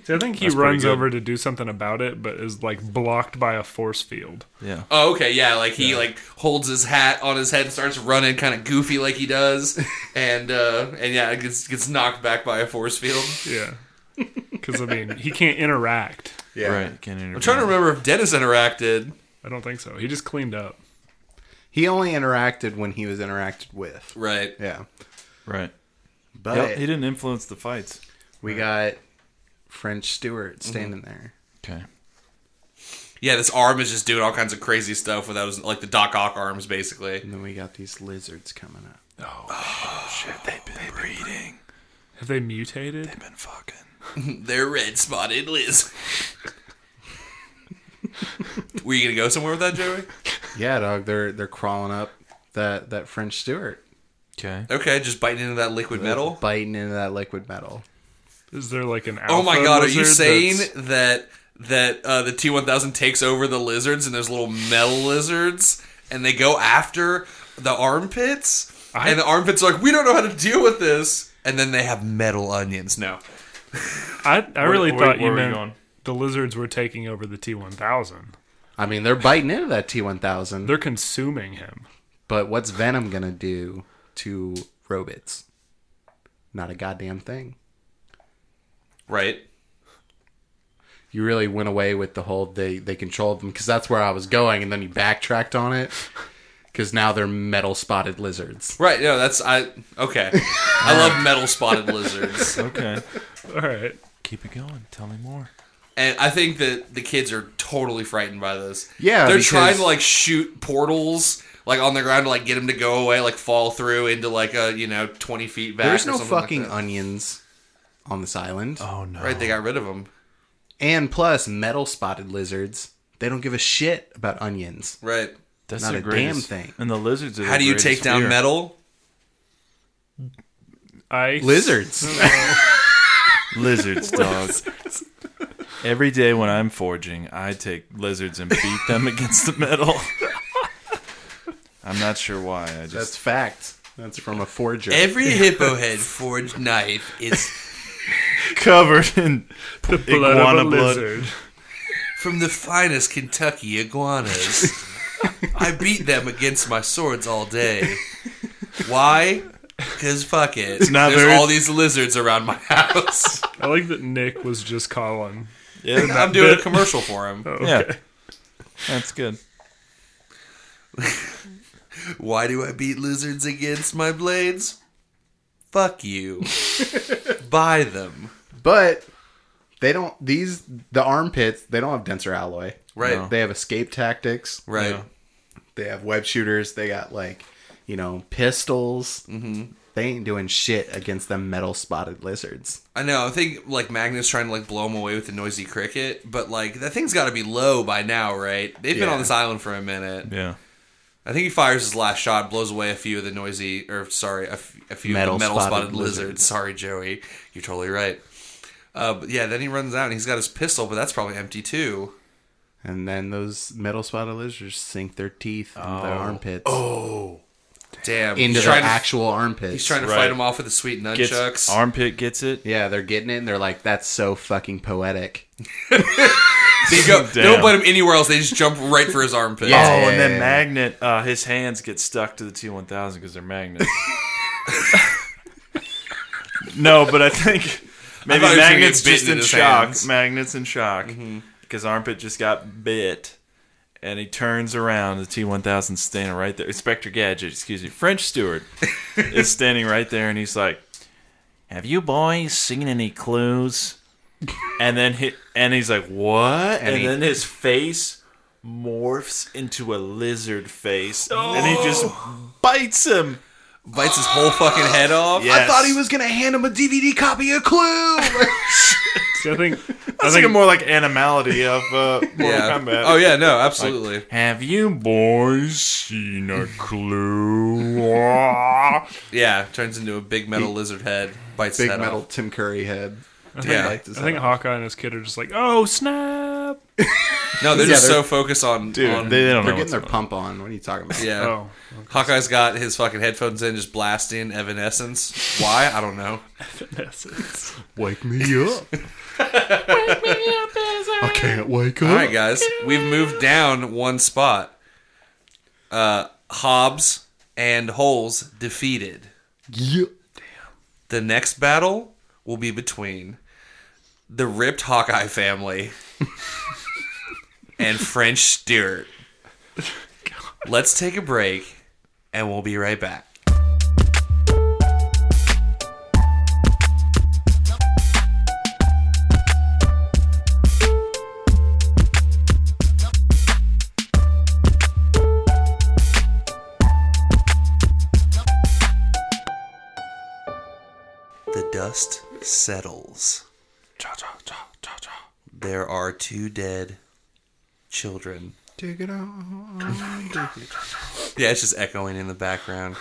Speaker 4: See, I think he
Speaker 2: pretty
Speaker 4: runs
Speaker 2: good.
Speaker 4: over to do something about it, but is like blocked by a force field.
Speaker 2: yeah.
Speaker 1: Oh, okay, yeah. Like he like holds his hat on his head and starts running, kind of goofy like he does, and uh and yeah, it gets gets knocked back by a force field.
Speaker 4: Yeah. Because I mean, he can't interact.
Speaker 3: yeah.
Speaker 2: Right. Can't I'm
Speaker 1: I'm trying to remember if Dennis interacted.
Speaker 4: I don't think so. He just cleaned up.
Speaker 3: He only interacted when he was interacted with.
Speaker 1: Right.
Speaker 3: Yeah.
Speaker 2: Right.
Speaker 3: But
Speaker 2: Yep, he didn't influence the fights.
Speaker 3: we got French Stewart
Speaker 2: Mm-hmm.
Speaker 3: standing there.
Speaker 2: Okay.
Speaker 1: Yeah, this arm is just doing all kinds of crazy stuff without his, like the Doc Ock arms, basically.
Speaker 3: And then we got these lizards coming up.
Speaker 2: Oh, They've been breeding.
Speaker 4: Have they mutated?
Speaker 2: They've been fucking.
Speaker 1: They're red spotted Liz. Were you gonna go somewhere with that, Joey?
Speaker 3: Yeah, dog, they're they're crawling up that that French Stewart,
Speaker 2: Okay.
Speaker 1: Okay, just biting into that liquid metal.
Speaker 3: biting into that liquid metal.
Speaker 4: Is there like an? Alpha
Speaker 1: Oh my god, are you
Speaker 4: lizard
Speaker 1: saying
Speaker 4: that's-
Speaker 1: that that uh, the T one thousand takes over the lizards and there's little metal lizards and they go after the armpits
Speaker 4: I-
Speaker 1: and the armpits are like we don't know how to deal with this and then they have metal onions now.
Speaker 4: I I really
Speaker 2: where-
Speaker 4: thought
Speaker 2: where
Speaker 4: you
Speaker 2: were you
Speaker 4: meant
Speaker 2: going?
Speaker 4: the lizards were taking over the T one thousand.
Speaker 3: I mean, they're biting into that T1000,
Speaker 4: They're consuming him.
Speaker 3: but what's Venom going to do to robots? Not a goddamn thing.
Speaker 1: Right.
Speaker 3: You really went away with the whole they they controlled them because that's where I was going, and then you backtracked on it because now they're metal spotted lizards.
Speaker 1: Right, no, that's I okay. I love metal spotted lizards.
Speaker 2: Okay.
Speaker 4: All right.
Speaker 2: Keep it going. Tell me more.
Speaker 1: And I think that the kids are totally frightened by this.
Speaker 3: Yeah,
Speaker 1: they're
Speaker 3: because-
Speaker 1: trying to like shoot portals like on the ground to like get them to go away, like fall through into like a you know twenty feet back.
Speaker 3: There's
Speaker 1: or
Speaker 3: no
Speaker 1: something like
Speaker 3: fucking
Speaker 1: that.
Speaker 3: onions on this island,
Speaker 2: Oh no.
Speaker 1: right. They got rid of them.
Speaker 3: and plus metal spotted lizards. They don't give a shit about onions.
Speaker 1: Right.
Speaker 2: That's
Speaker 3: Not
Speaker 2: the
Speaker 3: a damn
Speaker 2: greatest-
Speaker 3: thing.
Speaker 2: And the lizards. Are
Speaker 1: How
Speaker 2: the
Speaker 1: do you
Speaker 2: greatest
Speaker 1: take down
Speaker 2: fear.
Speaker 1: metal?
Speaker 4: I
Speaker 3: Lizards.
Speaker 2: Lizards, dog. Every day when I'm forging, I take lizards and beat them against the metal. I'm not sure why. I
Speaker 3: That's
Speaker 2: just
Speaker 3: fact. That's from a forger.
Speaker 1: Every hippo head forged knife is
Speaker 2: covered in
Speaker 4: the blood
Speaker 2: Iguana
Speaker 4: of a
Speaker 2: blood.
Speaker 4: lizard.
Speaker 1: from the finest Kentucky iguanas. I beat them against my swords all day. Why? Because fuck it.
Speaker 2: not
Speaker 1: There's
Speaker 2: very-
Speaker 1: all these lizards around my house.
Speaker 4: I like that Nick was just calling.
Speaker 2: yeah,
Speaker 1: I'm doing a
Speaker 4: bit.
Speaker 1: commercial for him.
Speaker 2: yeah. That's good.
Speaker 1: Why do I beat lizards against my blades? Fuck you. Buy them.
Speaker 3: But they don't these the armpits, they don't have denser alloy.
Speaker 1: Right. No.
Speaker 3: They have escape tactics.
Speaker 1: Right.
Speaker 2: Yeah.
Speaker 3: They have web shooters. They got like, you know, pistols. Mm-hmm. They ain't doing shit against them metal spotted lizards.
Speaker 1: I know. I think like Magnus trying to like blow him away with the noisy cricket, but like that thing's got to be low by now, right? They've been
Speaker 3: Yeah.
Speaker 1: on this island for a minute.
Speaker 2: Yeah.
Speaker 1: I think he fires his last shot, blows away a few of the noisy, or sorry, a, f- a few metal, of
Speaker 3: Metal
Speaker 1: the metal spotted,
Speaker 3: spotted
Speaker 1: lizards.
Speaker 3: lizards.
Speaker 1: Sorry, Joey, you're totally right. Uh, but yeah, then he runs out and he's got his pistol, but that's probably empty too.
Speaker 3: And then those metal spotted lizards sink their teeth into their armpits. Oh.
Speaker 1: Damn,
Speaker 3: Into
Speaker 1: he's
Speaker 3: their
Speaker 1: trying to,
Speaker 3: actual armpits.
Speaker 1: he's trying to
Speaker 2: Right.
Speaker 1: fight him off with the sweet
Speaker 2: Gets,
Speaker 1: nunchucks.
Speaker 2: Armpit gets it.
Speaker 3: yeah, they're getting it and they're like, that's so fucking poetic.
Speaker 1: they go, they
Speaker 2: Damn.
Speaker 1: don't put him anywhere else. They just jump right for his armpit.
Speaker 3: Yeah.
Speaker 2: Oh, and then magnet. Uh, his hands get stuck to the T1000 because they're magnets. no, but I think maybe
Speaker 1: thought he was gonna
Speaker 2: magnets
Speaker 1: get bitten
Speaker 2: just
Speaker 1: in
Speaker 2: in Mm-hmm.
Speaker 1: his
Speaker 2: shock.
Speaker 1: hands.
Speaker 2: Magnets in shock because armpit just got bit, and he turns around. The T1000 standing right there. Inspector Gadget, excuse me, French Steward is standing right there, and he's like, "Have you boys seen any clues?" And then he, and he's like, "What?" And,
Speaker 3: he-
Speaker 2: then his face morphs into a lizard face, and he just bites him.
Speaker 1: bites his whole fucking head off.
Speaker 2: Yeah.
Speaker 3: I thought he was going to hand him a DVD copy of Clue.
Speaker 4: See, I think I
Speaker 2: That's like
Speaker 4: think
Speaker 2: a more like animality of uh, Mortal
Speaker 1: Yeah.
Speaker 2: Kombat.
Speaker 1: Oh yeah, no, absolutely.
Speaker 2: Have you boys seen a clue?
Speaker 1: yeah, turns into a big metal lizard head, bites his
Speaker 3: Big
Speaker 1: head
Speaker 3: metal
Speaker 1: off.
Speaker 3: Tim Curry head.
Speaker 1: Yeah.
Speaker 3: Like this
Speaker 4: I think Hawkeye and his kid are just like, oh snap!
Speaker 1: No, they're
Speaker 3: Yeah,
Speaker 1: just
Speaker 3: they're-
Speaker 1: so focused on
Speaker 2: Dude,
Speaker 1: on-
Speaker 2: they, they don't
Speaker 3: They're getting
Speaker 2: know. What's
Speaker 3: their pump on. What are you talking about?
Speaker 1: yeah.
Speaker 4: Oh,
Speaker 1: Hawkeye's got his fucking headphones in, just blasting Evanescence. Why? I don't know.
Speaker 4: essence.
Speaker 3: Wake me up. wake me up I can't wake up.
Speaker 1: All right, guys, we've moved down one spot. Uh, Hobbs and Holes defeated.
Speaker 3: Yeah.
Speaker 1: The next battle will be between the ripped Hawkeye family and French Stewart. Let's take a break, and we'll be right back. The dust settles. There are two dead children.
Speaker 3: Take it on.
Speaker 1: Yeah, it's just echoing in the background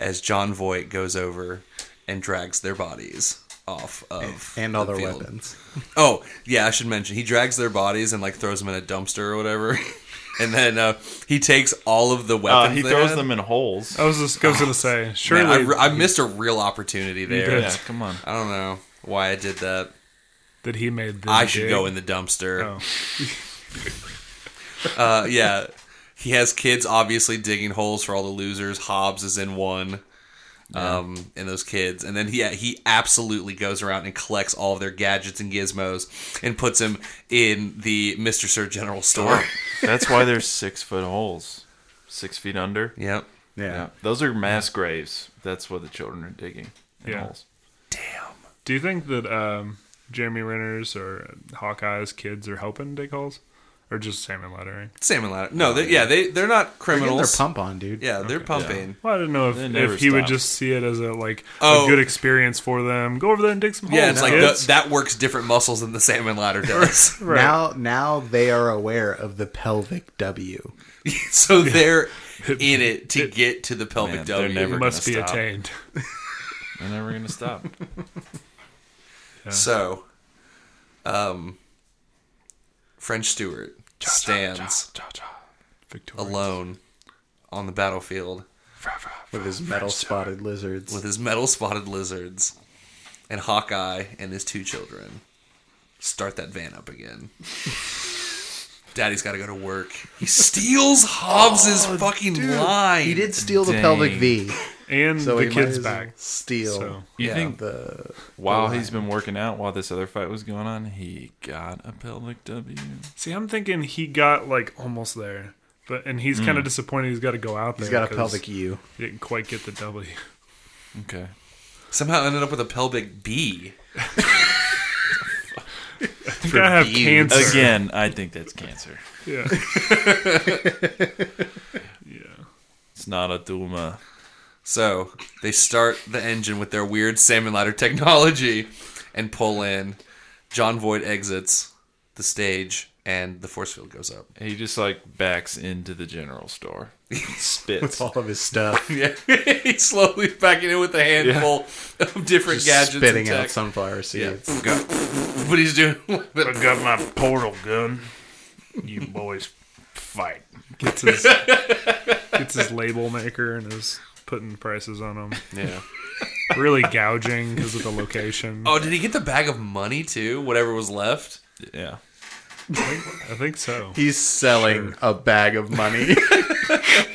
Speaker 1: as John Voight goes over and drags their bodies off of
Speaker 3: and
Speaker 1: the
Speaker 3: all their
Speaker 1: field.
Speaker 3: weapons.
Speaker 1: Oh yeah, I should mention he drags their bodies and like throws them in a dumpster or whatever, and then uh, he takes all of the
Speaker 2: Uh,
Speaker 1: weapons.
Speaker 2: he
Speaker 1: they
Speaker 2: throws
Speaker 1: had.
Speaker 2: them in holes.
Speaker 4: I was just I was gonna say, surely
Speaker 1: Man, I, re- I missed a real opportunity there.
Speaker 4: did.
Speaker 2: yeah, come on.
Speaker 1: I don't know why I did that.
Speaker 4: that he made. This
Speaker 1: I should
Speaker 4: big.
Speaker 1: go in the dumpster.
Speaker 4: Oh.
Speaker 1: Uh, yeah, he has kids obviously digging holes for all the losers. Hobbs is in one. Um, and those kids, and then he he absolutely goes around and collects all of their gadgets and gizmos, and puts them in the Mister Sir General store.
Speaker 2: That's why there's six foot holes, six feet under.
Speaker 1: yep.
Speaker 3: Yeah.
Speaker 2: Yeah, those are mass graves. That's what the children are digging. in
Speaker 4: Yeah.
Speaker 2: holes.
Speaker 4: Do you think that um, Jeremy Renner's or Hawkeye's kids are helping dig holes, or just salmon lettering?
Speaker 1: Salmon ladder. No, they, yeah, they they're not
Speaker 3: They're getting their
Speaker 1: criminals.
Speaker 3: pump on, dude.
Speaker 1: yeah, they're pumping.
Speaker 4: Well, I didn't know if,
Speaker 2: They never
Speaker 4: if he would
Speaker 2: stop.
Speaker 4: just see it as a like
Speaker 1: Oh.
Speaker 4: a good experience for them. Go over there and dig some holes.
Speaker 1: Yeah, it's like
Speaker 4: kids.
Speaker 1: the, that works different muscles than the salmon ladder does.
Speaker 4: Right.
Speaker 3: Now, now they are aware of the pelvic W.
Speaker 1: so they're in it to get to the pelvic
Speaker 2: Man, they're
Speaker 1: W.
Speaker 2: never-
Speaker 4: must be
Speaker 2: gonna stop.
Speaker 4: attained.
Speaker 2: They're never gonna stop.
Speaker 1: So, um, French Stewart stands
Speaker 4: Victoria.
Speaker 1: alone on the battlefield
Speaker 3: with his metal spotted lizards.
Speaker 1: with his metal spotted lizards and Hawkeye and his two children. Start that van up again. Daddy's got to go to work. He steals Hobbs's fucking line.
Speaker 3: Oh, he did steal the
Speaker 2: Dang.
Speaker 3: pelvic V,
Speaker 4: And
Speaker 3: so
Speaker 4: the
Speaker 3: he might
Speaker 4: kids
Speaker 3: as well
Speaker 4: back.
Speaker 3: Steal
Speaker 4: So
Speaker 2: You
Speaker 1: Yeah.
Speaker 2: think
Speaker 3: the
Speaker 2: while he's been working out, while this other fight was going on, he got a pelvic W.
Speaker 4: see, I'm thinking he got like almost there, but and he's
Speaker 1: Hmm.
Speaker 4: kind of disappointed. He's got to go out there.
Speaker 3: he's got a
Speaker 4: 'cause
Speaker 3: pelvic U.
Speaker 4: He didn't quite get the W.
Speaker 2: Okay.
Speaker 1: Somehow ended up with a pelvic B.
Speaker 4: I think I have
Speaker 3: you.
Speaker 4: cancer.
Speaker 2: Again, I think that's cancer.
Speaker 4: Yeah.
Speaker 2: It's not a Duma.
Speaker 1: So they start the engine with their weird salmon ladder technology and pull in. John Voight exits the stage and the force field goes up.
Speaker 2: He just like backs into the general store.
Speaker 3: With
Speaker 2: Spits.
Speaker 3: all of his stuff,
Speaker 1: Yeah, he's slowly backing in with a handful of different
Speaker 3: just
Speaker 1: gadgets. and
Speaker 3: spitting
Speaker 1: tech.
Speaker 3: out sunflower seeds.
Speaker 1: But he's doing.
Speaker 5: I got my portal gun. You boys fight.
Speaker 4: gets his gets his label maker and is putting prices on them.
Speaker 2: Yeah.
Speaker 4: Really gouging because of the location.
Speaker 1: Oh, did he get the bag of money too? Whatever was left.
Speaker 2: Yeah.
Speaker 4: I think so.
Speaker 3: He's selling a bag of money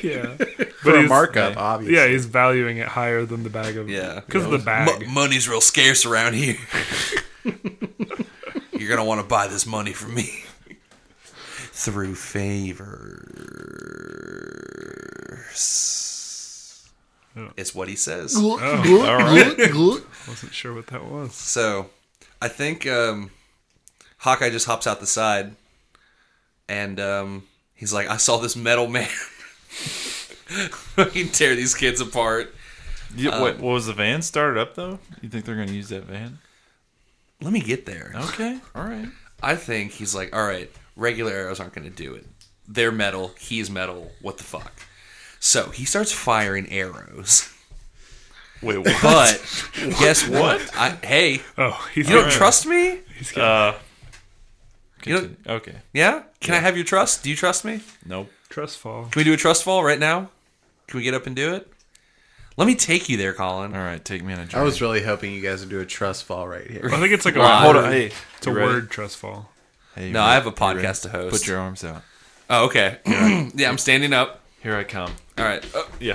Speaker 4: Yeah,
Speaker 3: for a
Speaker 4: he's-
Speaker 3: markup,
Speaker 2: yeah.
Speaker 3: obviously.
Speaker 4: yeah, he's valuing it higher than the bag of
Speaker 1: Yeah.
Speaker 4: because of the bag.
Speaker 1: Mo- money's real scarce around here. You're gonna want to buy this money from me through favors.
Speaker 4: Yeah.
Speaker 1: It's what he says.
Speaker 4: Wasn't sure what that was.
Speaker 1: So, I think um, Hawkeye just hops out the side, and um, he's like, "I saw this metal man. he tear these kids apart."
Speaker 2: You- what, what was the van started up though? You think they're gonna use that van?
Speaker 1: Let me get there.
Speaker 2: Okay. All right.
Speaker 1: I think he's like, all right, regular arrows aren't going to do it. They're metal. He's metal. What the fuck? So he starts firing arrows.
Speaker 2: Wait. What?
Speaker 1: But guess what? I, hey, you
Speaker 4: Oh, he's
Speaker 1: don't trust me?
Speaker 2: Uh,
Speaker 1: You don't-
Speaker 2: continue. okay.
Speaker 1: Yeah? Can I have your trust? Do you trust me?
Speaker 2: Nope.
Speaker 4: trust fall.
Speaker 1: Can we do a trust fall right now? Can we get up and do it? Let me take you there, Colin.
Speaker 2: All right. Take me on a journey.
Speaker 3: I was really hoping you guys would do a trust fall right here.
Speaker 4: I think it's like a
Speaker 1: Wow.
Speaker 4: word.
Speaker 2: Hold on. Hey.
Speaker 4: It's a
Speaker 2: you ready?
Speaker 4: word trust fall.
Speaker 2: Hey, you
Speaker 1: No,
Speaker 2: ready?
Speaker 1: I have a
Speaker 2: You ready?
Speaker 1: podcast to host.
Speaker 2: Put your arms out.
Speaker 1: Oh, okay. yeah, I'm standing up.
Speaker 2: Here I come.
Speaker 1: All right. Uh,
Speaker 2: Yeah.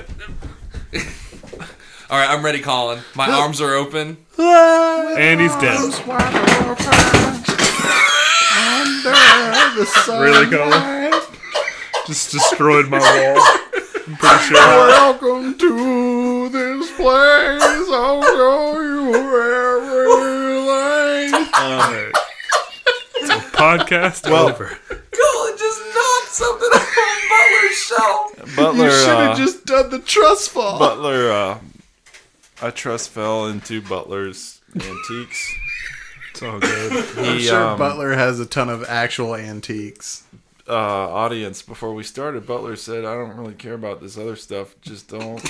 Speaker 1: all right, I'm ready, Colin. My arms are open.
Speaker 4: And he's dead. Really, Colin? Just destroyed my wall. I'm pretty sure.
Speaker 3: Welcome to this place. I'll show you everything.
Speaker 4: Alright. So podcast over.
Speaker 1: Colin just knocked something off Butler's shelf.
Speaker 2: Butler.
Speaker 3: you should have
Speaker 2: uh,
Speaker 3: just done the trust fall.
Speaker 2: Butler. Uh, I trust fell into Butler's antiques.
Speaker 4: It's all good.
Speaker 2: He,
Speaker 3: I'm sure
Speaker 2: um,
Speaker 3: Butler has a ton of actual antiques.
Speaker 2: uh, audience before we started, Butler said, "I don't really care about this other stuff. Just don't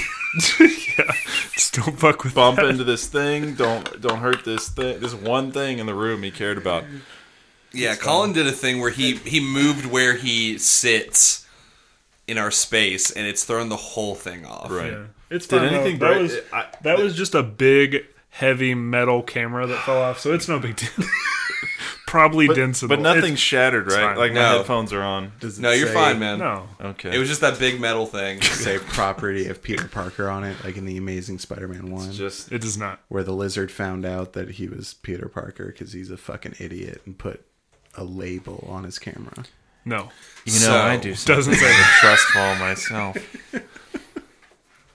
Speaker 4: yeah, just don't fuck with.
Speaker 2: bump into this thing. Don't don't hurt this thing. This one thing in the room he cared about.
Speaker 1: Yeah, Colin did a thing where he he moved where he sits in our space, and it's thrown the whole thing off.
Speaker 2: Right?
Speaker 4: Yeah. It's
Speaker 2: Did
Speaker 4: fine. though.
Speaker 2: anything
Speaker 4: that
Speaker 2: break-
Speaker 4: was
Speaker 2: I-
Speaker 4: that was just a big heavy metal camera that fell off, so it's no big deal. Probably dense,
Speaker 2: But nothing shattered, right?
Speaker 4: fine.
Speaker 2: Like my
Speaker 1: No.
Speaker 2: headphones are on.
Speaker 3: Does it
Speaker 1: No, you're
Speaker 3: say
Speaker 1: fine, man.
Speaker 4: no.
Speaker 2: Okay.
Speaker 1: It was just that big metal thing.
Speaker 3: Say property of Peter Parker on it, like in the Amazing Spider-Man one,
Speaker 2: just
Speaker 4: It does not.
Speaker 3: where the lizard found out that he was Peter Parker because he's a fucking idiot and put a label on his camera.
Speaker 4: No,
Speaker 2: you know
Speaker 1: So-
Speaker 2: I do
Speaker 4: doesn't say. that.
Speaker 2: trustful myself.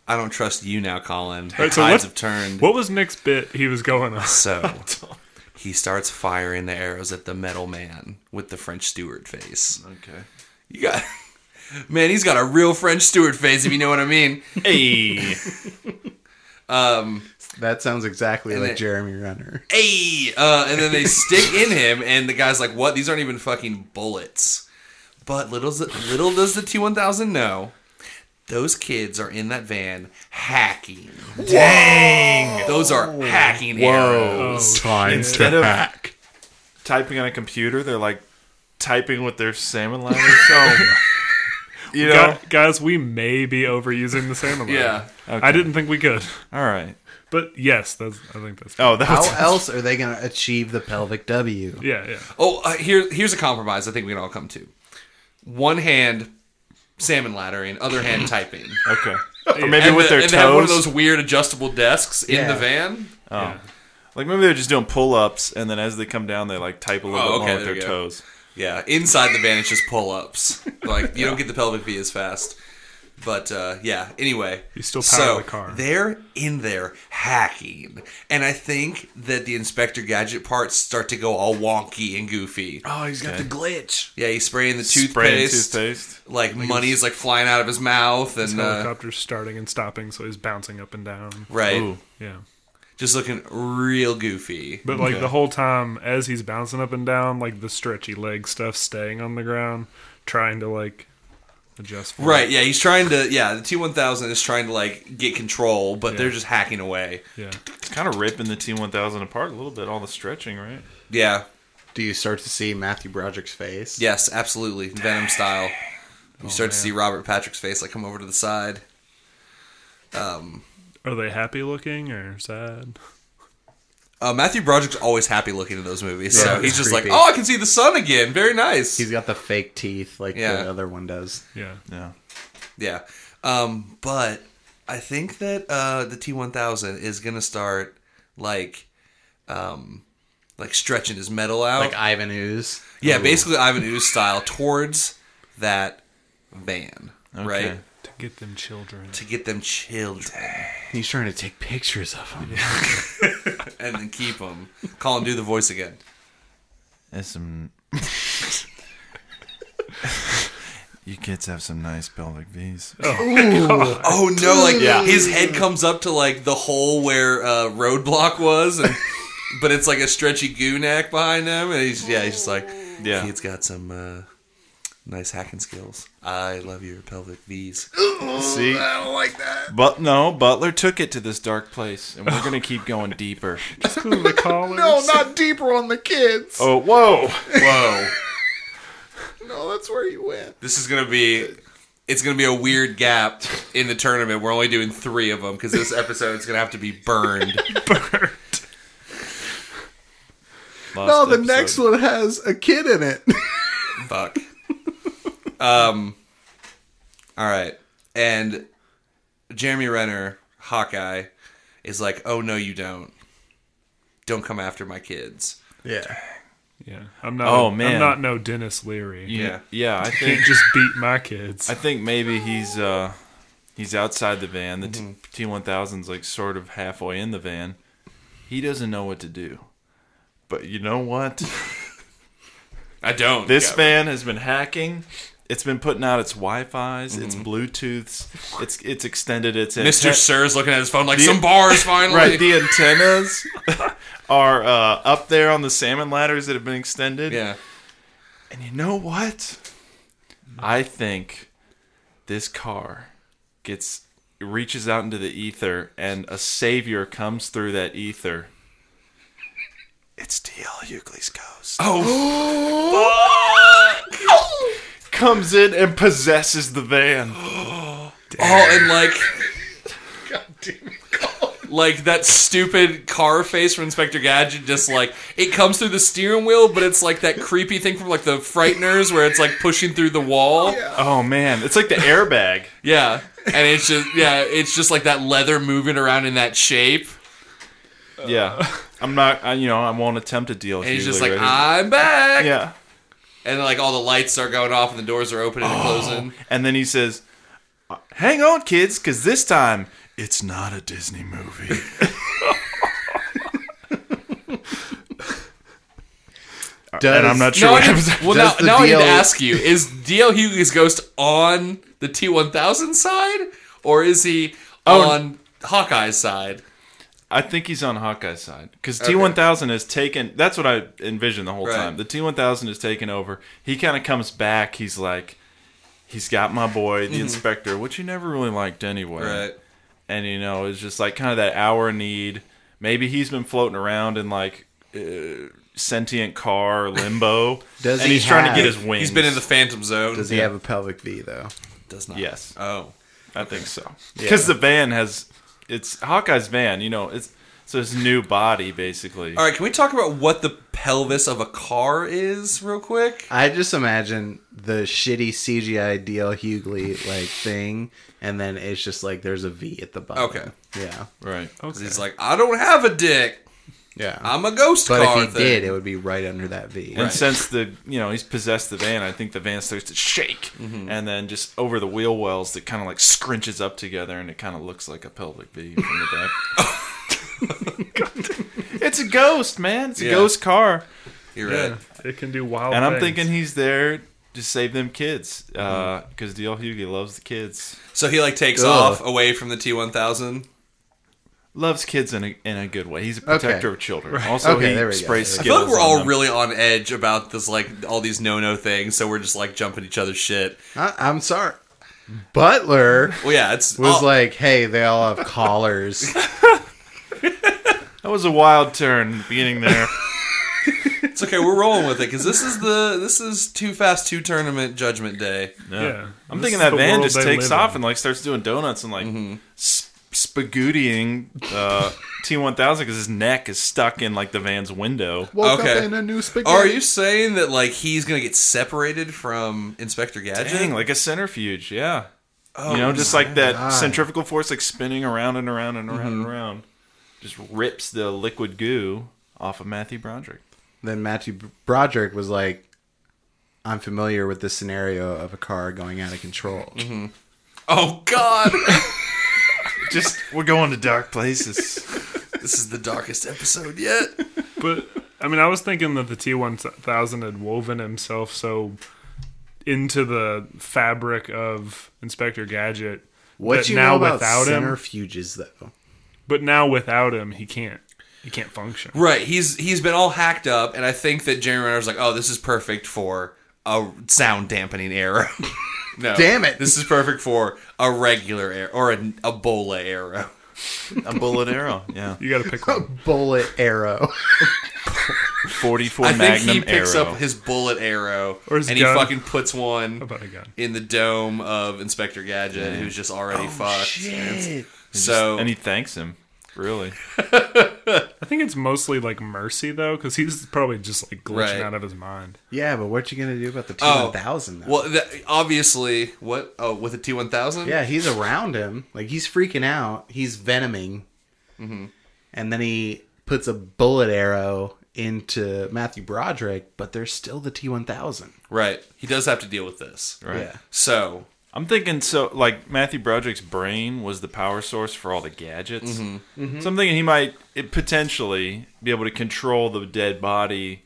Speaker 1: I don't trust you now, Colin. The
Speaker 4: All right, so
Speaker 1: tides
Speaker 4: what-
Speaker 1: have turned.
Speaker 4: What was Nick's bit he was going on?
Speaker 1: So he starts firing the arrows at the metal man with the French steward face.
Speaker 2: Okay.
Speaker 1: You got man, he's got a real French steward face, if you know what I mean.
Speaker 2: Hey.
Speaker 3: That sounds exactly like
Speaker 1: it-
Speaker 3: Jeremy Renner.
Speaker 1: hey, uh, and then they stick in him, and the guy's like, "What? These aren't even fucking bullets." But little little does the T one thousand know, those kids are in that van hacking. Dang, those are hacking arrows.
Speaker 3: Oh, Times
Speaker 2: Instead of-
Speaker 3: hack.
Speaker 2: typing on a computer, they're like typing with their salmon letters.
Speaker 1: Oh
Speaker 2: So, you know,
Speaker 4: Gu- guys, we may be overusing the salmon.
Speaker 1: Yeah.
Speaker 4: I didn't think we could,
Speaker 2: all right.
Speaker 4: but yes, that's. I think that's.
Speaker 2: Oh, that was
Speaker 3: How else are they going to achieve the pelvic W?
Speaker 4: Yeah, yeah.
Speaker 1: Oh, uh, here here's a compromise. I think we can all come to. One hand salmon laddering, other hand typing.
Speaker 2: okay. Or maybe with
Speaker 1: the-
Speaker 2: their
Speaker 1: and
Speaker 2: toes,
Speaker 1: they have one of those weird adjustable desks in
Speaker 3: Yeah.
Speaker 1: the van.
Speaker 4: yeah.
Speaker 2: like maybe they're just doing pull-ups, and then as they come down, they like type a little
Speaker 1: Oh,
Speaker 2: bit
Speaker 1: okay,
Speaker 2: more with
Speaker 1: there
Speaker 2: their
Speaker 1: you go.
Speaker 2: toes.
Speaker 1: Yeah, inside the van it's just pull ups. Like you don't get the pelvic V as fast. But uh, yeah, anyway,
Speaker 4: You still power
Speaker 1: so
Speaker 4: the car.
Speaker 1: they're in there hacking, and I think that the Inspector Gadget parts start to go all wonky and goofy.
Speaker 3: Oh, he's got the glitch.
Speaker 1: Yeah, he's spraying the
Speaker 2: Spraying
Speaker 1: toothpaste,
Speaker 2: toothpaste.
Speaker 1: like money's like flying out of his mouth, and uh,
Speaker 4: Helicopter's starting and stopping, so he's bouncing up and down.
Speaker 1: right,
Speaker 2: Ooh.
Speaker 4: Yeah.
Speaker 1: just looking real goofy.
Speaker 4: But like
Speaker 2: Okay.
Speaker 4: the whole time as he's bouncing up and down, like the stretchy leg stuff staying on the ground, trying to like adjust for
Speaker 1: Right, yeah, he's trying to. Yeah, the T one thousand is trying to like get control, but they're just hacking away.
Speaker 4: it. Yeah.
Speaker 2: It's kind of ripping the T1000 apart a little bit. All the stretching, right?
Speaker 1: Yeah,
Speaker 3: Do you start to see Matthew Broderick's face?
Speaker 1: Yes, absolutely. Venom style.
Speaker 3: Oh,
Speaker 1: You start to see Robert Patrick's face like come over to the side.
Speaker 4: Are they happy looking or sad?
Speaker 1: Uh, Matthew Broderick's always happy looking in those movies,
Speaker 3: Yeah,
Speaker 1: so
Speaker 3: it's
Speaker 1: he's just
Speaker 3: creepy.
Speaker 1: like, "Oh, I can see the sun again. Very nice."
Speaker 3: He's got the fake teeth like
Speaker 1: Yeah.
Speaker 3: the other one does.
Speaker 4: Yeah.
Speaker 2: Yeah.
Speaker 1: yeah, um, but I think that uh, the T one thousand is gonna start like, um, like stretching his metal out.
Speaker 3: Like Ivan Ooze.
Speaker 1: yeah, basically Ivan Ooze style towards that van, right?
Speaker 2: Okay.
Speaker 4: To get them children.
Speaker 1: To get them children
Speaker 3: He's trying to take pictures of him.
Speaker 1: and then keep them. Colin, do the voice again.
Speaker 2: There's some. you kids have some nice pelvic V's.
Speaker 1: Oh no! Like his head comes up to like the hole where uh, Roadblock was, and, but it's like a stretchy goo neck behind him, and he's yeah, he's just like
Speaker 2: Yeah.
Speaker 1: he's got some uh, nice hacking skills. I love your pelvic V's.
Speaker 2: See, I don't like that. But no, Butler took it to this dark place, and we're gonna keep going deeper.
Speaker 4: Just 'cause of the collars.
Speaker 3: No, not deeper on the kids.
Speaker 2: Oh, whoa!
Speaker 1: Whoa!
Speaker 3: No, that's where you went.
Speaker 1: This is gonna be it's gonna be a weird gap in the tournament. We're only doing three of them because this episode's gonna have to be burned.
Speaker 3: No, Oh, the next one has a kid in it.
Speaker 1: Fuck. um. All right, and Jeremy Renner, Hawkeye, is like, "Oh no, you don't. Don't come after my kids."
Speaker 3: yeah.
Speaker 4: Yeah. I'm not
Speaker 2: Oh,
Speaker 4: oh, man.
Speaker 2: man.
Speaker 4: I'm not no Dennis Leary.
Speaker 2: Yeah, yeah. I
Speaker 4: Can't
Speaker 2: think
Speaker 4: just beat my kids.
Speaker 2: I think maybe he's uh he's outside the van. The
Speaker 3: Mm-hmm.
Speaker 2: T one thousand's like sort of halfway in the van. He doesn't know what to do. But you know what?
Speaker 1: I don't.
Speaker 2: This
Speaker 1: Yeah.
Speaker 2: van has been hacking. It's been putting out its Wi-Fi's, its Bluetooths, it's it's extended its antenna-
Speaker 1: Mr. Sir's looking at his phone like some bars finally.
Speaker 2: Right, the antennas are uh, up there on the salmon ladders that have been extended.
Speaker 1: yeah.
Speaker 2: And you know what? I think this car gets reaches out into the ether and a savior comes through that ether. It's D.L. Hughley's ghost. Oh, fuck! Comes in and possesses the van.
Speaker 1: Oh, and like. Like that stupid car face from Inspector Gadget, just like it comes through the steering wheel, but it's like that creepy thing from like the Frighteners where it's like pushing through the wall. Yeah.
Speaker 2: Oh man, it's like the airbag.
Speaker 1: And it's just, yeah, it's just like that leather moving around in that shape.
Speaker 2: yeah, I'm not. I, you know, I won't attempt a deal.
Speaker 1: And he's just like, I'm back.
Speaker 2: yeah.
Speaker 1: And like all the lights start going off and the doors are opening and closing.
Speaker 2: And then he says, "Hang on, kids, because this time it's not a Disney movie."
Speaker 3: Does,
Speaker 2: and I'm not sure
Speaker 1: Now
Speaker 2: what
Speaker 1: I
Speaker 2: happens.
Speaker 1: need, well, now,
Speaker 3: Does the
Speaker 1: now I need to
Speaker 3: DL
Speaker 1: ask you: Is DL Hughley's ghost on the T1000 side, or is he
Speaker 3: Oh,
Speaker 1: on Hawkeye's side?
Speaker 2: I think he's on Hawkeye's side because T1000 has taken. That's what I envisioned the whole
Speaker 1: Right.
Speaker 2: time. The T1000 has taken over. He kind of comes back. He's like, he's got my boy, the
Speaker 1: Mm-hmm.
Speaker 2: inspector, which you never really liked anyway. and you know it's just like kind of that hour need maybe he's been floating around in like uh, sentient car limbo
Speaker 3: Does
Speaker 2: and
Speaker 3: he
Speaker 2: he's trying to get
Speaker 3: have-
Speaker 2: his wings
Speaker 1: He's been in the Phantom Zone.
Speaker 3: Does he have a pelvic V though?
Speaker 1: Does not.
Speaker 2: Yes.
Speaker 1: Oh.
Speaker 2: i think so because the van has it's hawkeye's van you know it's so his new body basically
Speaker 1: All right. Can we talk about what the pelvis of a car is, real quick?
Speaker 3: I just imagine the shitty CGI DL Hughley like thing, and then it's just like there's a V at the bottom.
Speaker 1: Okay.
Speaker 3: Yeah.
Speaker 2: right
Speaker 1: 'Cause He's like, I don't have a dick.
Speaker 3: Yeah.
Speaker 1: I'm a ghost
Speaker 3: but
Speaker 1: car.
Speaker 3: if he
Speaker 1: thing."
Speaker 3: did, it would be right under that V.
Speaker 2: and since the you know he's possessed the van i think the van starts to shake and then just over the wheel wells that kind of like scrunches up together and it kind of looks like a pelvic v from the back it's a ghost man it's a
Speaker 1: Yeah.
Speaker 2: ghost car
Speaker 1: You're right.
Speaker 4: It can do wild.
Speaker 2: and i'm
Speaker 4: things.
Speaker 2: thinking he's there to save them kids uh, because dl hughley loves the kids
Speaker 1: So he like takes
Speaker 3: Ugh.
Speaker 1: off away from the T1000.
Speaker 2: loves kids in a, in a good way he's a protector of children also
Speaker 3: Okay, there
Speaker 2: he
Speaker 3: we go.
Speaker 2: sprays
Speaker 3: I
Speaker 1: I feel
Speaker 2: skittles
Speaker 1: like we're
Speaker 2: on
Speaker 1: all
Speaker 2: them.
Speaker 1: really on edge about this, like all these no-no things. So we're just like jumping each other's shit.
Speaker 3: I, I'm sorry. Butler
Speaker 1: Well, yeah, it's
Speaker 3: was
Speaker 1: oh,
Speaker 3: like, "Hey, they all have collars."
Speaker 2: that was a wild turn beginning there
Speaker 1: It's okay. We're rolling with it because this is the this is too fast, too tournament judgment day.
Speaker 4: yeah,
Speaker 2: I'm
Speaker 4: This
Speaker 2: thinking
Speaker 4: is
Speaker 2: that
Speaker 4: the
Speaker 2: van
Speaker 4: world
Speaker 2: just
Speaker 4: they
Speaker 2: takes
Speaker 4: live
Speaker 2: off
Speaker 4: in.
Speaker 2: and like starts doing donuts and like
Speaker 3: Mm-hmm.
Speaker 2: sp- spagootying uh, T1000 because his neck is stuck in like the van's window.
Speaker 3: Woke
Speaker 1: Okay.
Speaker 3: up in a new spaghetti.
Speaker 1: Are you saying that like he's gonna get separated from Inspector Gadget?
Speaker 2: Dang, like a centrifuge, yeah.
Speaker 3: Oh
Speaker 2: you know, just like that centrifugal force like spinning around and around and around
Speaker 3: Mm-hmm.
Speaker 2: and around, just rips the liquid goo off of Matthew Broderick.
Speaker 3: Then Matthew Broderick was like, "I'm familiar with the scenario of a car going out of control."
Speaker 1: Mm-hmm. oh God,
Speaker 2: Just we're going to dark places.
Speaker 1: this is the darkest episode yet.
Speaker 4: but I mean, I was thinking that the T one thousand had woven himself so into the fabric of Inspector Gadget.
Speaker 3: What
Speaker 4: that
Speaker 3: you
Speaker 4: now
Speaker 3: know about
Speaker 4: without him,
Speaker 3: centrifuges, though?
Speaker 4: but now without him, he can't. He can't function.
Speaker 1: Right. He's he's been all hacked up, and I think that Jerry Renner's like, oh, this is perfect for a sound dampening arrow. no,
Speaker 3: Damn it.
Speaker 1: this is perfect for a regular arrow or an Ebola arrow.
Speaker 2: a bullet arrow, yeah.
Speaker 4: You got to pick one.
Speaker 3: Bullet arrow.
Speaker 2: 44
Speaker 1: I think
Speaker 2: Magnum
Speaker 1: he picks
Speaker 2: arrow.
Speaker 1: up his bullet arrow
Speaker 4: Or his
Speaker 1: and
Speaker 4: gun.
Speaker 1: he fucking puts one
Speaker 4: about a gun.
Speaker 1: in the dome of Inspector Gadget, who's just already fucked. So
Speaker 2: and he thanks him. Really?
Speaker 4: I think it's mostly like mercy though, because he's probably just like glitching
Speaker 1: Right.
Speaker 4: out of his mind.
Speaker 3: yeah, but what you gonna do about the T
Speaker 1: Oh.
Speaker 3: one thousand?
Speaker 1: well, that, obviously, what? Oh, with a T one thousand.
Speaker 3: Yeah, he's around him. Like he's freaking out. He's venoming.
Speaker 1: Mm-hmm.
Speaker 3: And then he puts a bullet arrow into Matthew Broderick, but there's still the T1000.
Speaker 1: Right. He does have to deal with this.
Speaker 2: Right.
Speaker 3: Yeah.
Speaker 1: So
Speaker 2: I'm thinking so like Matthew Broderick's brain was the power source for all the gadgets.
Speaker 1: Mm-hmm.
Speaker 2: So I'm thinking he might it potentially be able to control the dead body,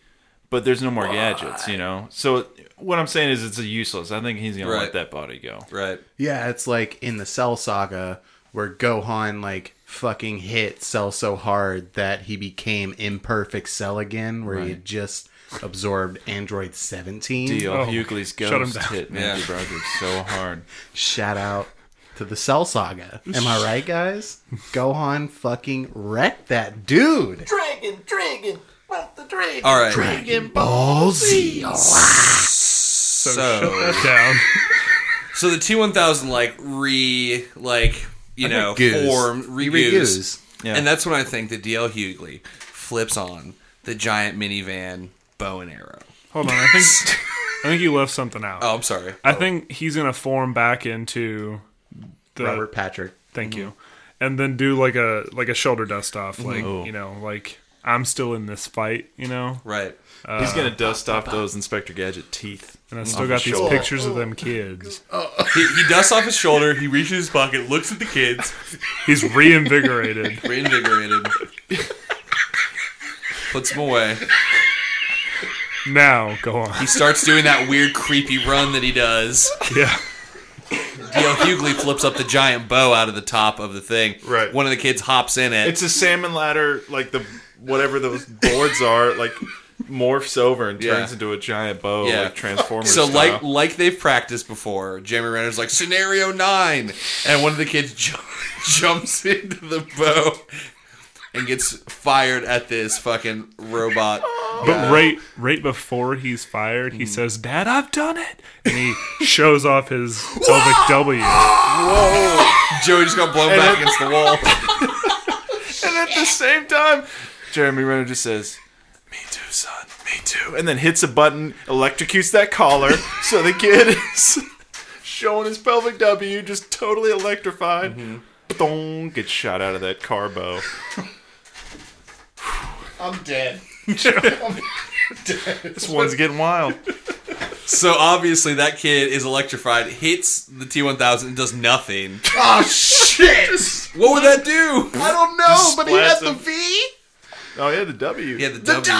Speaker 2: but there's no more gadgets, you know. So what I'm saying is it's a useless. I think he's gonna
Speaker 1: Right.
Speaker 2: let that body go.
Speaker 1: right.
Speaker 3: Yeah, it's like in the Cell saga where Gohan like fucking hit Cell so hard that he became imperfect Cell again, where he had just absorbed Android 17.
Speaker 2: Deal.
Speaker 4: Oh,
Speaker 2: Hughley's
Speaker 4: shut him
Speaker 2: ghost
Speaker 4: down.
Speaker 2: hit Matthew
Speaker 1: Yeah.
Speaker 2: Broderick so hard.
Speaker 3: Shout out to the Cell Saga. Am I right, guys? Gohan fucking wrecked that dude.
Speaker 1: All right.
Speaker 3: Ball Z.
Speaker 4: So,
Speaker 1: So,
Speaker 4: shut that down.
Speaker 1: so the T one thousand like re like you know
Speaker 3: goose.
Speaker 1: form
Speaker 3: He
Speaker 1: regoose.
Speaker 3: regoose.
Speaker 2: Yeah.
Speaker 1: And that's when I think that DL Hughley flips on the giant minivan bow and arrow.
Speaker 4: Hold on, I think I think you left something out.
Speaker 1: Oh, I'm sorry.
Speaker 4: I think he's gonna form back into the
Speaker 3: Robert Patrick.
Speaker 4: Thank you, and then do like a like a shoulder dust off, like you know, like I'm still in this fight, you know,
Speaker 1: Right.
Speaker 2: He's gonna dust off those Inspector Gadget teeth.
Speaker 4: Uh, and I still got these
Speaker 2: Sure.
Speaker 4: pictures of them kids.
Speaker 1: He, he dusts off his shoulder. He reaches his pocket, looks at the kids,
Speaker 4: He's reinvigorated.
Speaker 1: reinvigorated, puts them away.
Speaker 4: now go on.
Speaker 1: He starts doing that weird, creepy run that he does.
Speaker 4: Yeah,
Speaker 1: DL Hughley flips up the giant bow out of the top of the thing.
Speaker 2: Right.
Speaker 1: One of the kids hops in it.
Speaker 2: It's a salmon ladder, like the whatever those boards are, like morphs over and
Speaker 1: Yeah.
Speaker 2: turns into a giant bow,
Speaker 1: Yeah.
Speaker 2: like Transformers.
Speaker 1: so
Speaker 2: style.
Speaker 1: like like they've practiced before, Jeremy Renner's like scenario nine, and one of the kids ju- jumps into the bow and gets fired at this fucking robot.
Speaker 4: but right right before he's fired, he says, "Dad, I've done it," and he shows off his pelvic W.
Speaker 1: Joey just got blown back against the wall.
Speaker 2: and at the same time, Jeremy Renner just says, "Me too, son. Me too," and then hits a button, electrocutes that collar, so the kid is showing his pelvic W, just totally electrified.
Speaker 1: Mm-hmm.
Speaker 2: Thong gets shot out of that car bow.
Speaker 3: I'm dead.
Speaker 2: This one's getting wild.
Speaker 1: So obviously that kid is electrified, hits the T1000 and does nothing.
Speaker 3: Oh, shit.
Speaker 1: What would that do?
Speaker 3: I don't know, but he had
Speaker 2: splats
Speaker 3: the
Speaker 2: him.
Speaker 3: V.
Speaker 2: Oh yeah, the W.
Speaker 1: Yeah, the,
Speaker 3: The
Speaker 1: W.
Speaker 3: W.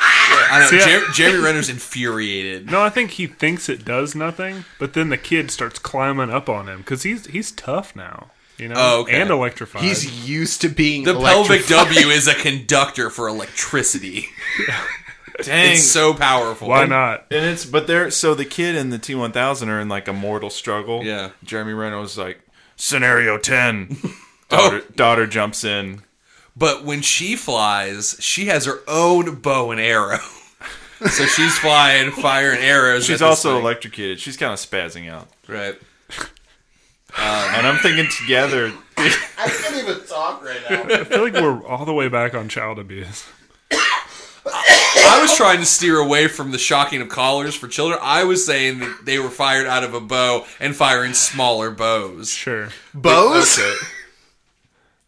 Speaker 1: I know.
Speaker 4: See, I-
Speaker 1: Jer- Jeremy Renner's infuriated.
Speaker 4: No, I think he thinks it does nothing, but then the kid starts climbing up on him because he's he's tough now, you know,
Speaker 1: Oh, okay.
Speaker 4: and electrified.
Speaker 3: He's used to being
Speaker 1: The pelvic
Speaker 3: electrified.
Speaker 1: W is a conductor for electricity.
Speaker 2: Dang.
Speaker 1: It's so powerful.
Speaker 4: Why not?
Speaker 2: And it's but they're so the kid and the T one thousand are in like a mortal struggle.
Speaker 1: Yeah. Oh.
Speaker 2: Jeremy Renner was like scenario ten. daughter, daughter jumps in.
Speaker 1: But when she flies, she has her own bow and arrow. So she's flying, firing arrows.
Speaker 2: She's
Speaker 1: at this
Speaker 2: also
Speaker 1: thing.
Speaker 2: electrocuted. She's kind of spazzing out.
Speaker 1: right.
Speaker 2: And I'm thinking together.
Speaker 3: I can't even talk right now.
Speaker 4: I feel like we're all the way back on child abuse.
Speaker 1: I was trying to steer away from the shocking of collars for children. I was saying that they were fired out of a bow and firing smaller bows.
Speaker 4: Sure,
Speaker 3: Bows?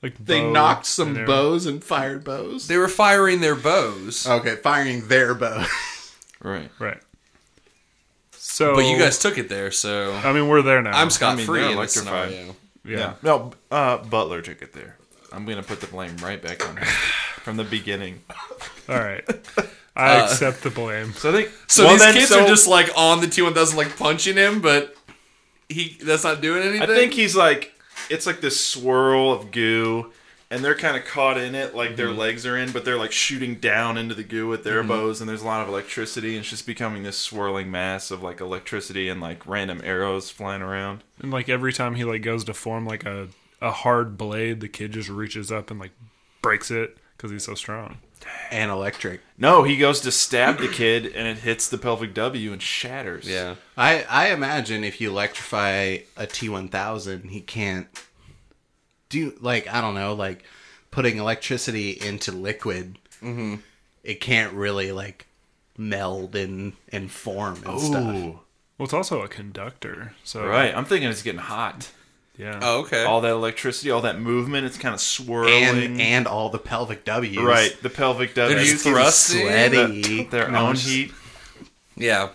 Speaker 4: like
Speaker 3: They
Speaker 4: bow
Speaker 3: knocked
Speaker 4: and
Speaker 3: some
Speaker 4: arrow.
Speaker 3: bows and fired bows.
Speaker 1: They were firing their bows,
Speaker 3: Okay, firing their bows.
Speaker 2: Right.
Speaker 4: right? So,
Speaker 1: but you guys took it there, so
Speaker 4: I mean, we're there now.
Speaker 1: I'm scot free
Speaker 2: Oh. they're
Speaker 1: in this
Speaker 2: electrified.
Speaker 1: scenario.
Speaker 4: yeah.
Speaker 2: Yeah. No, uh, Butler took it there. I'm gonna put the blame right back on her from the beginning.
Speaker 4: All right, I accept the blame.
Speaker 2: So I think
Speaker 1: So
Speaker 2: well,
Speaker 1: these
Speaker 2: then,
Speaker 1: kids
Speaker 2: so
Speaker 1: are just like on the T one thousand, like punching him, but he that's not doing anything.
Speaker 2: I think he's like it's like this swirl of goo, and they're kind of caught in it, like their legs are in, but they're like shooting down into the goo with their bows, and there's a lot of electricity, and it's just becoming this swirling mass of like electricity and like random arrows flying around.
Speaker 4: And like every time he like goes to form like a a hard blade, the kid just reaches up and like breaks it because he's so strong.
Speaker 3: And electric.
Speaker 2: No, he goes to stab the kid, and it hits the pelvic W and shatters.
Speaker 1: yeah.
Speaker 3: I, I imagine if you electrify a T1000, he can't do, like, I don't know, like putting electricity into liquid. Mm-hmm. It can't really, like, meld and, and form and stuff.
Speaker 2: Ooh.
Speaker 4: Well, it's also a conductor, so
Speaker 2: Right, I'm thinking it's getting hot.
Speaker 4: Yeah.
Speaker 1: Oh, okay.
Speaker 2: All that electricity, all that movement, it's kind of swirling.
Speaker 3: And, and all the pelvic W's.
Speaker 2: right, the pelvic W.
Speaker 1: They're just thrusting.
Speaker 3: Sweaty.
Speaker 2: their
Speaker 4: No,
Speaker 2: own
Speaker 4: it's just-
Speaker 2: heat.
Speaker 1: Yeah.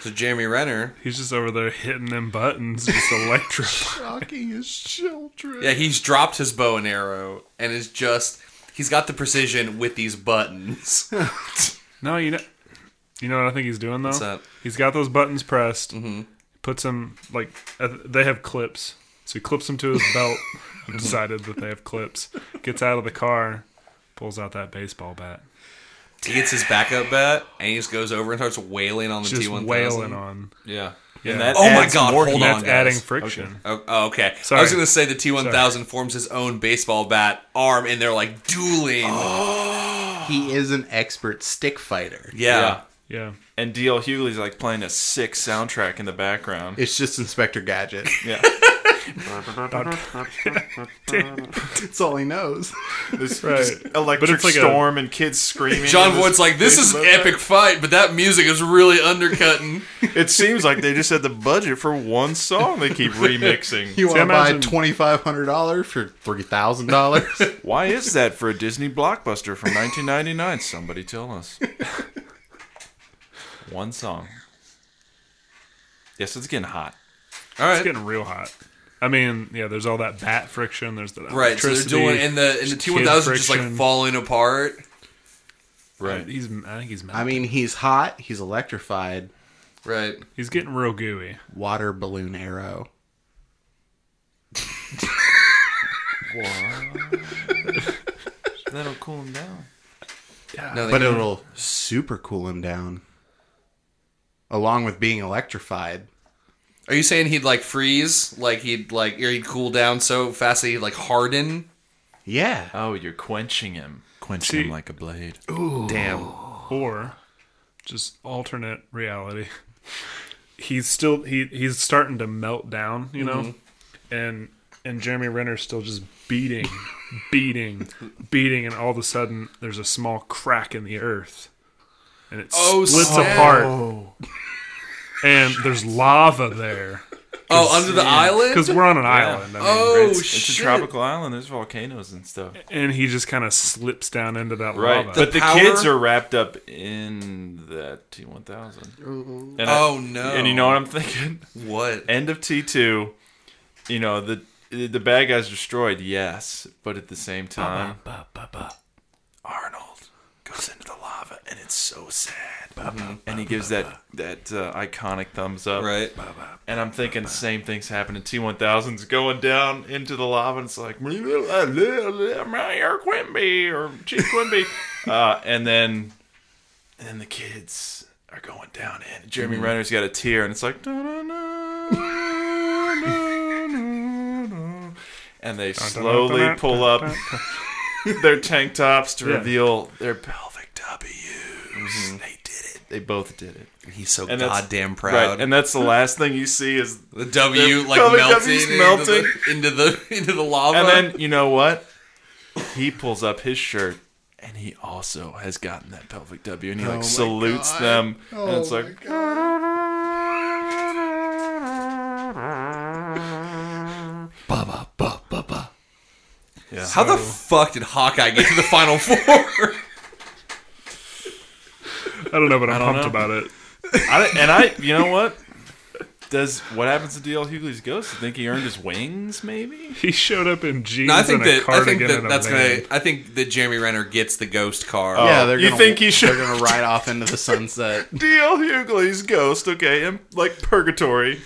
Speaker 1: So Jeremy Renner,
Speaker 4: He's just over there hitting them buttons, just electrified.
Speaker 3: Shocking his children.
Speaker 1: yeah, he's dropped his bow and arrow and is just he's got the precision with these buttons.
Speaker 4: no, you know, you know what I think he's doing though.
Speaker 1: up?
Speaker 4: He's got those buttons pressed.
Speaker 1: Mm-hmm.
Speaker 4: Puts them like uh, they have clips, so he clips them to his belt.
Speaker 1: Mm-hmm.
Speaker 4: I've decided that they have clips. Gets out of the car, pulls out that baseball bat.
Speaker 1: He gets his backup bat and he just goes over and starts wailing on the
Speaker 4: Just
Speaker 1: T1000.
Speaker 4: wailing on.
Speaker 2: Yeah.
Speaker 4: Yeah.
Speaker 2: And that
Speaker 1: Oh my
Speaker 2: adds
Speaker 1: God,
Speaker 2: More
Speaker 1: hold
Speaker 2: heat.
Speaker 1: on,
Speaker 4: That's
Speaker 1: guys.
Speaker 4: adding friction.
Speaker 1: Oh, oh, okay. I
Speaker 4: Sorry.
Speaker 1: was going to say the T1000 forms his own baseball bat arm and they're like dueling.
Speaker 3: He is an expert stick fighter.
Speaker 1: yeah.
Speaker 2: Yeah.
Speaker 4: Yeah.
Speaker 2: And DL Hughley's like playing a sick soundtrack in the background.
Speaker 3: It's just Inspector Gadget.
Speaker 2: Yeah.
Speaker 3: Uh-huh. That's all he knows.
Speaker 2: This
Speaker 4: Right.
Speaker 2: just electric
Speaker 4: But it's like a-
Speaker 2: storm and kids screaming.
Speaker 1: John
Speaker 2: and this
Speaker 1: Wood's like, this is
Speaker 2: big-
Speaker 1: epic fight, but that music is really undercutting.
Speaker 2: It seems like they just had the budget for one song they keep remixing.
Speaker 3: You want to buy
Speaker 4: imagine-
Speaker 3: twenty five hundred dollars for three thousand dollars?
Speaker 2: Why is that for a Disney blockbuster from 1999? Somebody tell us. one song. Yes, it's getting hot.
Speaker 1: All
Speaker 4: It's
Speaker 1: right.
Speaker 4: getting real hot. I mean, yeah, there's all that bat friction. There's the
Speaker 1: Right. So they're
Speaker 4: electricity.
Speaker 1: doing, and the, and the
Speaker 4: kid
Speaker 1: T1000 is just like
Speaker 4: friction.
Speaker 1: falling apart.
Speaker 2: Right.
Speaker 4: He's, I think he's mad.
Speaker 3: I mean, he's hot. He's electrified.
Speaker 1: Right.
Speaker 4: he's getting real gooey.
Speaker 3: Water balloon arrow.
Speaker 2: That'll cool him down.
Speaker 1: No, they
Speaker 3: But
Speaker 1: don't.
Speaker 3: it'll super cool him down. Along with being electrified.
Speaker 1: Are you saying he'd like freeze? Like he'd like or he'd cool down so fast that he'd like harden?
Speaker 3: Yeah.
Speaker 2: Oh, you're quenching him. Quenching
Speaker 4: See- oh,
Speaker 2: him like a blade.
Speaker 1: Damn.
Speaker 4: or just alternate reality. He's still he he's starting to melt down, you know,
Speaker 2: Mm-hmm.
Speaker 4: and and Jeremy Renner's still just beating, beating, beating, and all of a sudden there's a small crack in the earth, and it
Speaker 1: Oh,
Speaker 4: splits
Speaker 1: snap.
Speaker 4: apart, and there's lava there
Speaker 1: Oh, under the
Speaker 4: because
Speaker 1: island?
Speaker 4: we're on an island. I mean,
Speaker 1: Oh
Speaker 4: it's-
Speaker 2: It's
Speaker 1: shit.
Speaker 2: a tropical island. There's volcanoes and stuff.
Speaker 4: and he just kind of slips down into that
Speaker 2: Oh. Right,
Speaker 4: lava.
Speaker 2: but the
Speaker 1: power-
Speaker 2: kids are wrapped up in that T1000. And I-
Speaker 1: Oh, no.
Speaker 2: And you know what I'm thinking?
Speaker 1: What?
Speaker 2: End of T2. You know the the bad guys destroyed, yes, but at the same time, Arnold goes into the lava, and it's so sad. And he gives that that uh, iconic thumbs up.
Speaker 1: Right.
Speaker 2: And I'm thinking the same things happening. T1000's going down into the lava, and it's like, Mayor Quimby or Chief Quimby. uh, and then and then the kids are going down in. Jeremy Renner's got a tear, and it's like, "Da-da-da-da-da-da-da." and they slowly pull up their tank tops to
Speaker 4: Yeah.
Speaker 2: reveal their pelvic W's. They did it. They both did it.
Speaker 1: He's so
Speaker 2: And that's-
Speaker 1: goddamn proud.
Speaker 2: Right, and that's the last thing you see is
Speaker 1: the W
Speaker 2: the
Speaker 1: like
Speaker 2: W
Speaker 1: melting,
Speaker 2: W's
Speaker 1: melting. Into, the, into the into the lava.
Speaker 2: And then you know what? He pulls up his shirt and he also has gotten that pelvic W and he like salutes them and it's like
Speaker 3: Ba ba ba ba ba.
Speaker 1: how the fuck did Hawkeye get to the final four?
Speaker 4: I don't know, but I'm
Speaker 2: don't
Speaker 4: pumped
Speaker 2: know.
Speaker 4: about it.
Speaker 2: I, and I you know what? Does what happens to DL Hughley's ghost? You think he earned his wings maybe?
Speaker 4: He showed up in jeans
Speaker 1: no, I think
Speaker 4: and a
Speaker 1: that I
Speaker 4: cardigan
Speaker 1: think that
Speaker 4: and a
Speaker 1: that's
Speaker 4: band.
Speaker 1: gonna. I think that Jeremy Renner gets the ghost car.
Speaker 3: Yeah, they're
Speaker 2: Oh. you
Speaker 3: gonna,
Speaker 2: think he should-
Speaker 3: They're gonna ride off into the sunset.
Speaker 2: DL Hughley's ghost, okay, in like purgatory,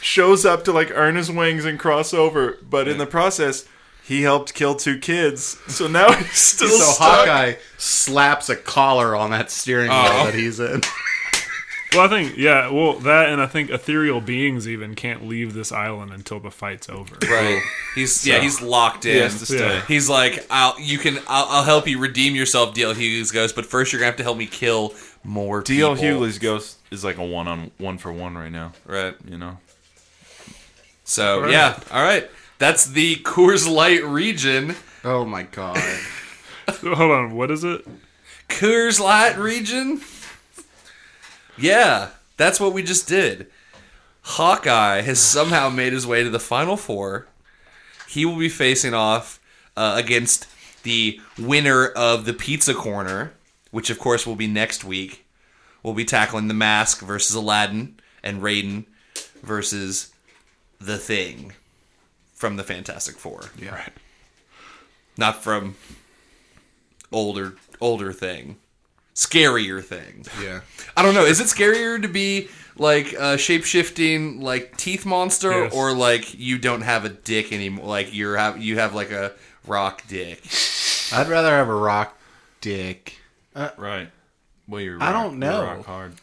Speaker 2: shows up to like earn his wings and cross over, but in the process, he helped kill two kids, so now he's still
Speaker 3: so
Speaker 2: stuck.
Speaker 3: Hawkeye slaps a collar on that steering wheel
Speaker 1: Oh.
Speaker 3: that he's in.
Speaker 4: Well, I think yeah. Well, that and I think ethereal beings even can't leave this island until the fight's over.
Speaker 1: Right. He's yeah. He's locked in.
Speaker 2: has to stay.
Speaker 4: Yeah.
Speaker 1: He's like, I'll you can I'll, I'll help you redeem yourself, DL Hughes ghost, but first you're gonna have to help me kill more people.
Speaker 2: DL Hughley's ghost is like a one on one for one right now.
Speaker 1: Right.
Speaker 2: You know,
Speaker 1: So yeah. All right. That's the Coors Light region.
Speaker 3: Oh my god.
Speaker 4: So, Hold on, what is it?
Speaker 1: Coors Light region. Yeah, that's what we just did. Hawkeye has somehow made his way to the final four. He will be facing off uh, against the winner of the Pizza Corner, which of course will be next week. We'll be tackling the Mask versus Aladdin and Raiden versus the Thing from the Fantastic Four,
Speaker 3: Yeah.
Speaker 1: not from older older thing, scarier thing.
Speaker 3: Yeah.
Speaker 1: I don't know. Is it scarier to be like a shape shifting like teeth monster
Speaker 4: Yes.
Speaker 1: or like you don't have a dick anymore? Like you're have you have like a rock dick.
Speaker 3: I'd rather have a rock dick.
Speaker 2: right? Well, you're
Speaker 3: I
Speaker 2: rock-
Speaker 3: don't
Speaker 2: you're
Speaker 3: know.
Speaker 2: Rock hard.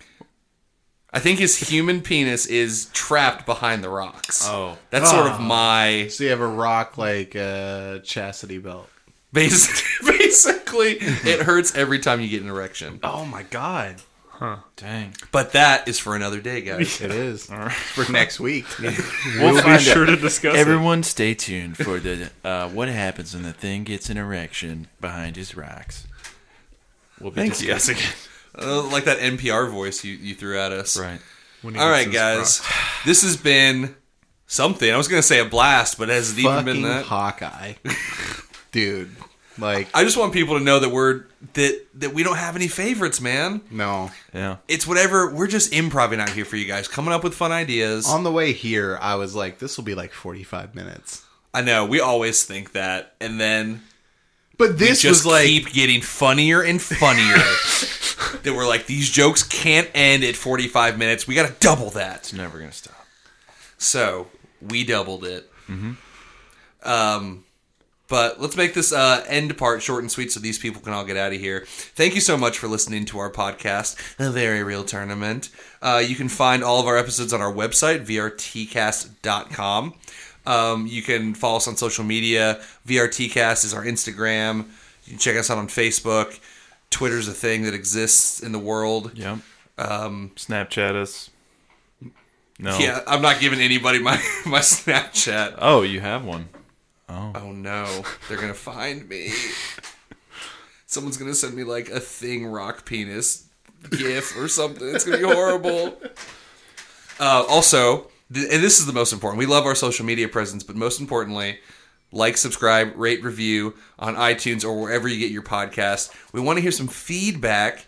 Speaker 1: I think his human penis is trapped behind the rocks.
Speaker 2: Oh.
Speaker 1: That's sort of my
Speaker 3: So you have a rock like a chastity belt.
Speaker 1: basically, basically it hurts every time you get an erection.
Speaker 3: Oh my god.
Speaker 2: Dang.
Speaker 1: But that is for another day, guys.
Speaker 3: It is. For next week.
Speaker 4: We'll, be
Speaker 2: find
Speaker 4: sure to discuss it.
Speaker 2: Everyone, stay tuned for the uh, what happens when the thing gets an erection behind his rocks. We'll be
Speaker 1: Thanks,
Speaker 2: discussing it.
Speaker 1: Uh, like that NPR voice you, you threw at us.
Speaker 2: Right.
Speaker 4: When he
Speaker 1: All
Speaker 4: gets
Speaker 1: right,
Speaker 4: his
Speaker 1: guys.
Speaker 4: rock.
Speaker 1: This has been something. I was going to say a blast, but has it even been
Speaker 3: Fucking
Speaker 1: that?
Speaker 3: Hawkeye. Dude. Like
Speaker 1: I just want people to know that we're that that we don't have any favorites, man.
Speaker 3: no.
Speaker 2: Yeah.
Speaker 1: It's whatever. We're just improvising out here for you guys, coming up with fun ideas.
Speaker 3: On the way here, I was like, this will be like forty five minutes.
Speaker 1: I know we always think that, and then
Speaker 3: But this
Speaker 1: just
Speaker 3: was like
Speaker 1: keep getting funnier and funnier. that we're like these jokes can't end at 45 minutes. We got to double that.
Speaker 2: It's never gonna stop.
Speaker 1: So we doubled it. Um, but let's make this uh, end part short and sweet so these people can all get out of here. Thank you so much for listening to our podcast, The Very Real Tournament. Uh, you can find all of our episodes on our website, vrtcast.com. Um, you can follow us on social media. VRTcast is our Instagram. You can check us out on Facebook. Twitter's a thing that exists in the world.
Speaker 2: Yep. Um, Snapchat us. No.
Speaker 1: Yeah, I'm not giving anybody my, my Snapchat.
Speaker 2: Oh, you have one.
Speaker 1: Oh no, they're gonna find me. Someone's gonna send me like a thing rock penis gif or something. It's gonna be horrible. Uh, also, th- and this is the most important. We love our social media presence, but most importantly, like, subscribe, rate, review on iTunes or wherever you get your podcast. We want to hear some feedback.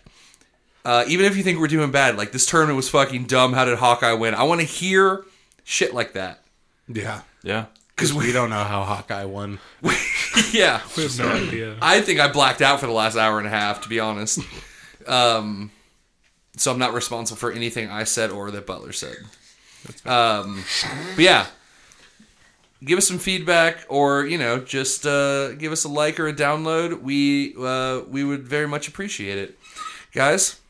Speaker 1: Uh, even if you think we're doing bad, like this tournament was fucking dumb. How did Hawkeye win? I want to hear shit like that
Speaker 3: Yeah.
Speaker 2: Yeah.
Speaker 1: because
Speaker 3: We
Speaker 1: we,
Speaker 3: don't know how Hawkeye won.
Speaker 1: yeah,
Speaker 4: We have no idea.
Speaker 1: I think I blacked out for the last hour and a half, to be honest. Um, so I'm not responsible for anything I said or that Butler said. Um, but yeah, give us some feedback, or you know, just uh, give us a like or a download. We uh, we would very much appreciate it, guys.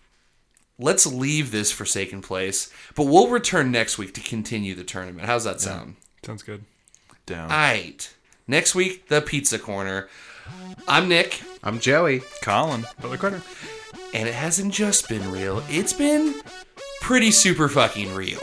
Speaker 1: Let's leave this forsaken place, but we'll return next week to continue the tournament. How's that sound?
Speaker 4: Sounds good.
Speaker 2: Down.
Speaker 1: Aight. Next week, the pizza corner. I'm Nick.
Speaker 3: I'm Joey.
Speaker 2: Colin.
Speaker 4: Butler Carter.
Speaker 1: and it hasn't just been real, it's been pretty super fucking real.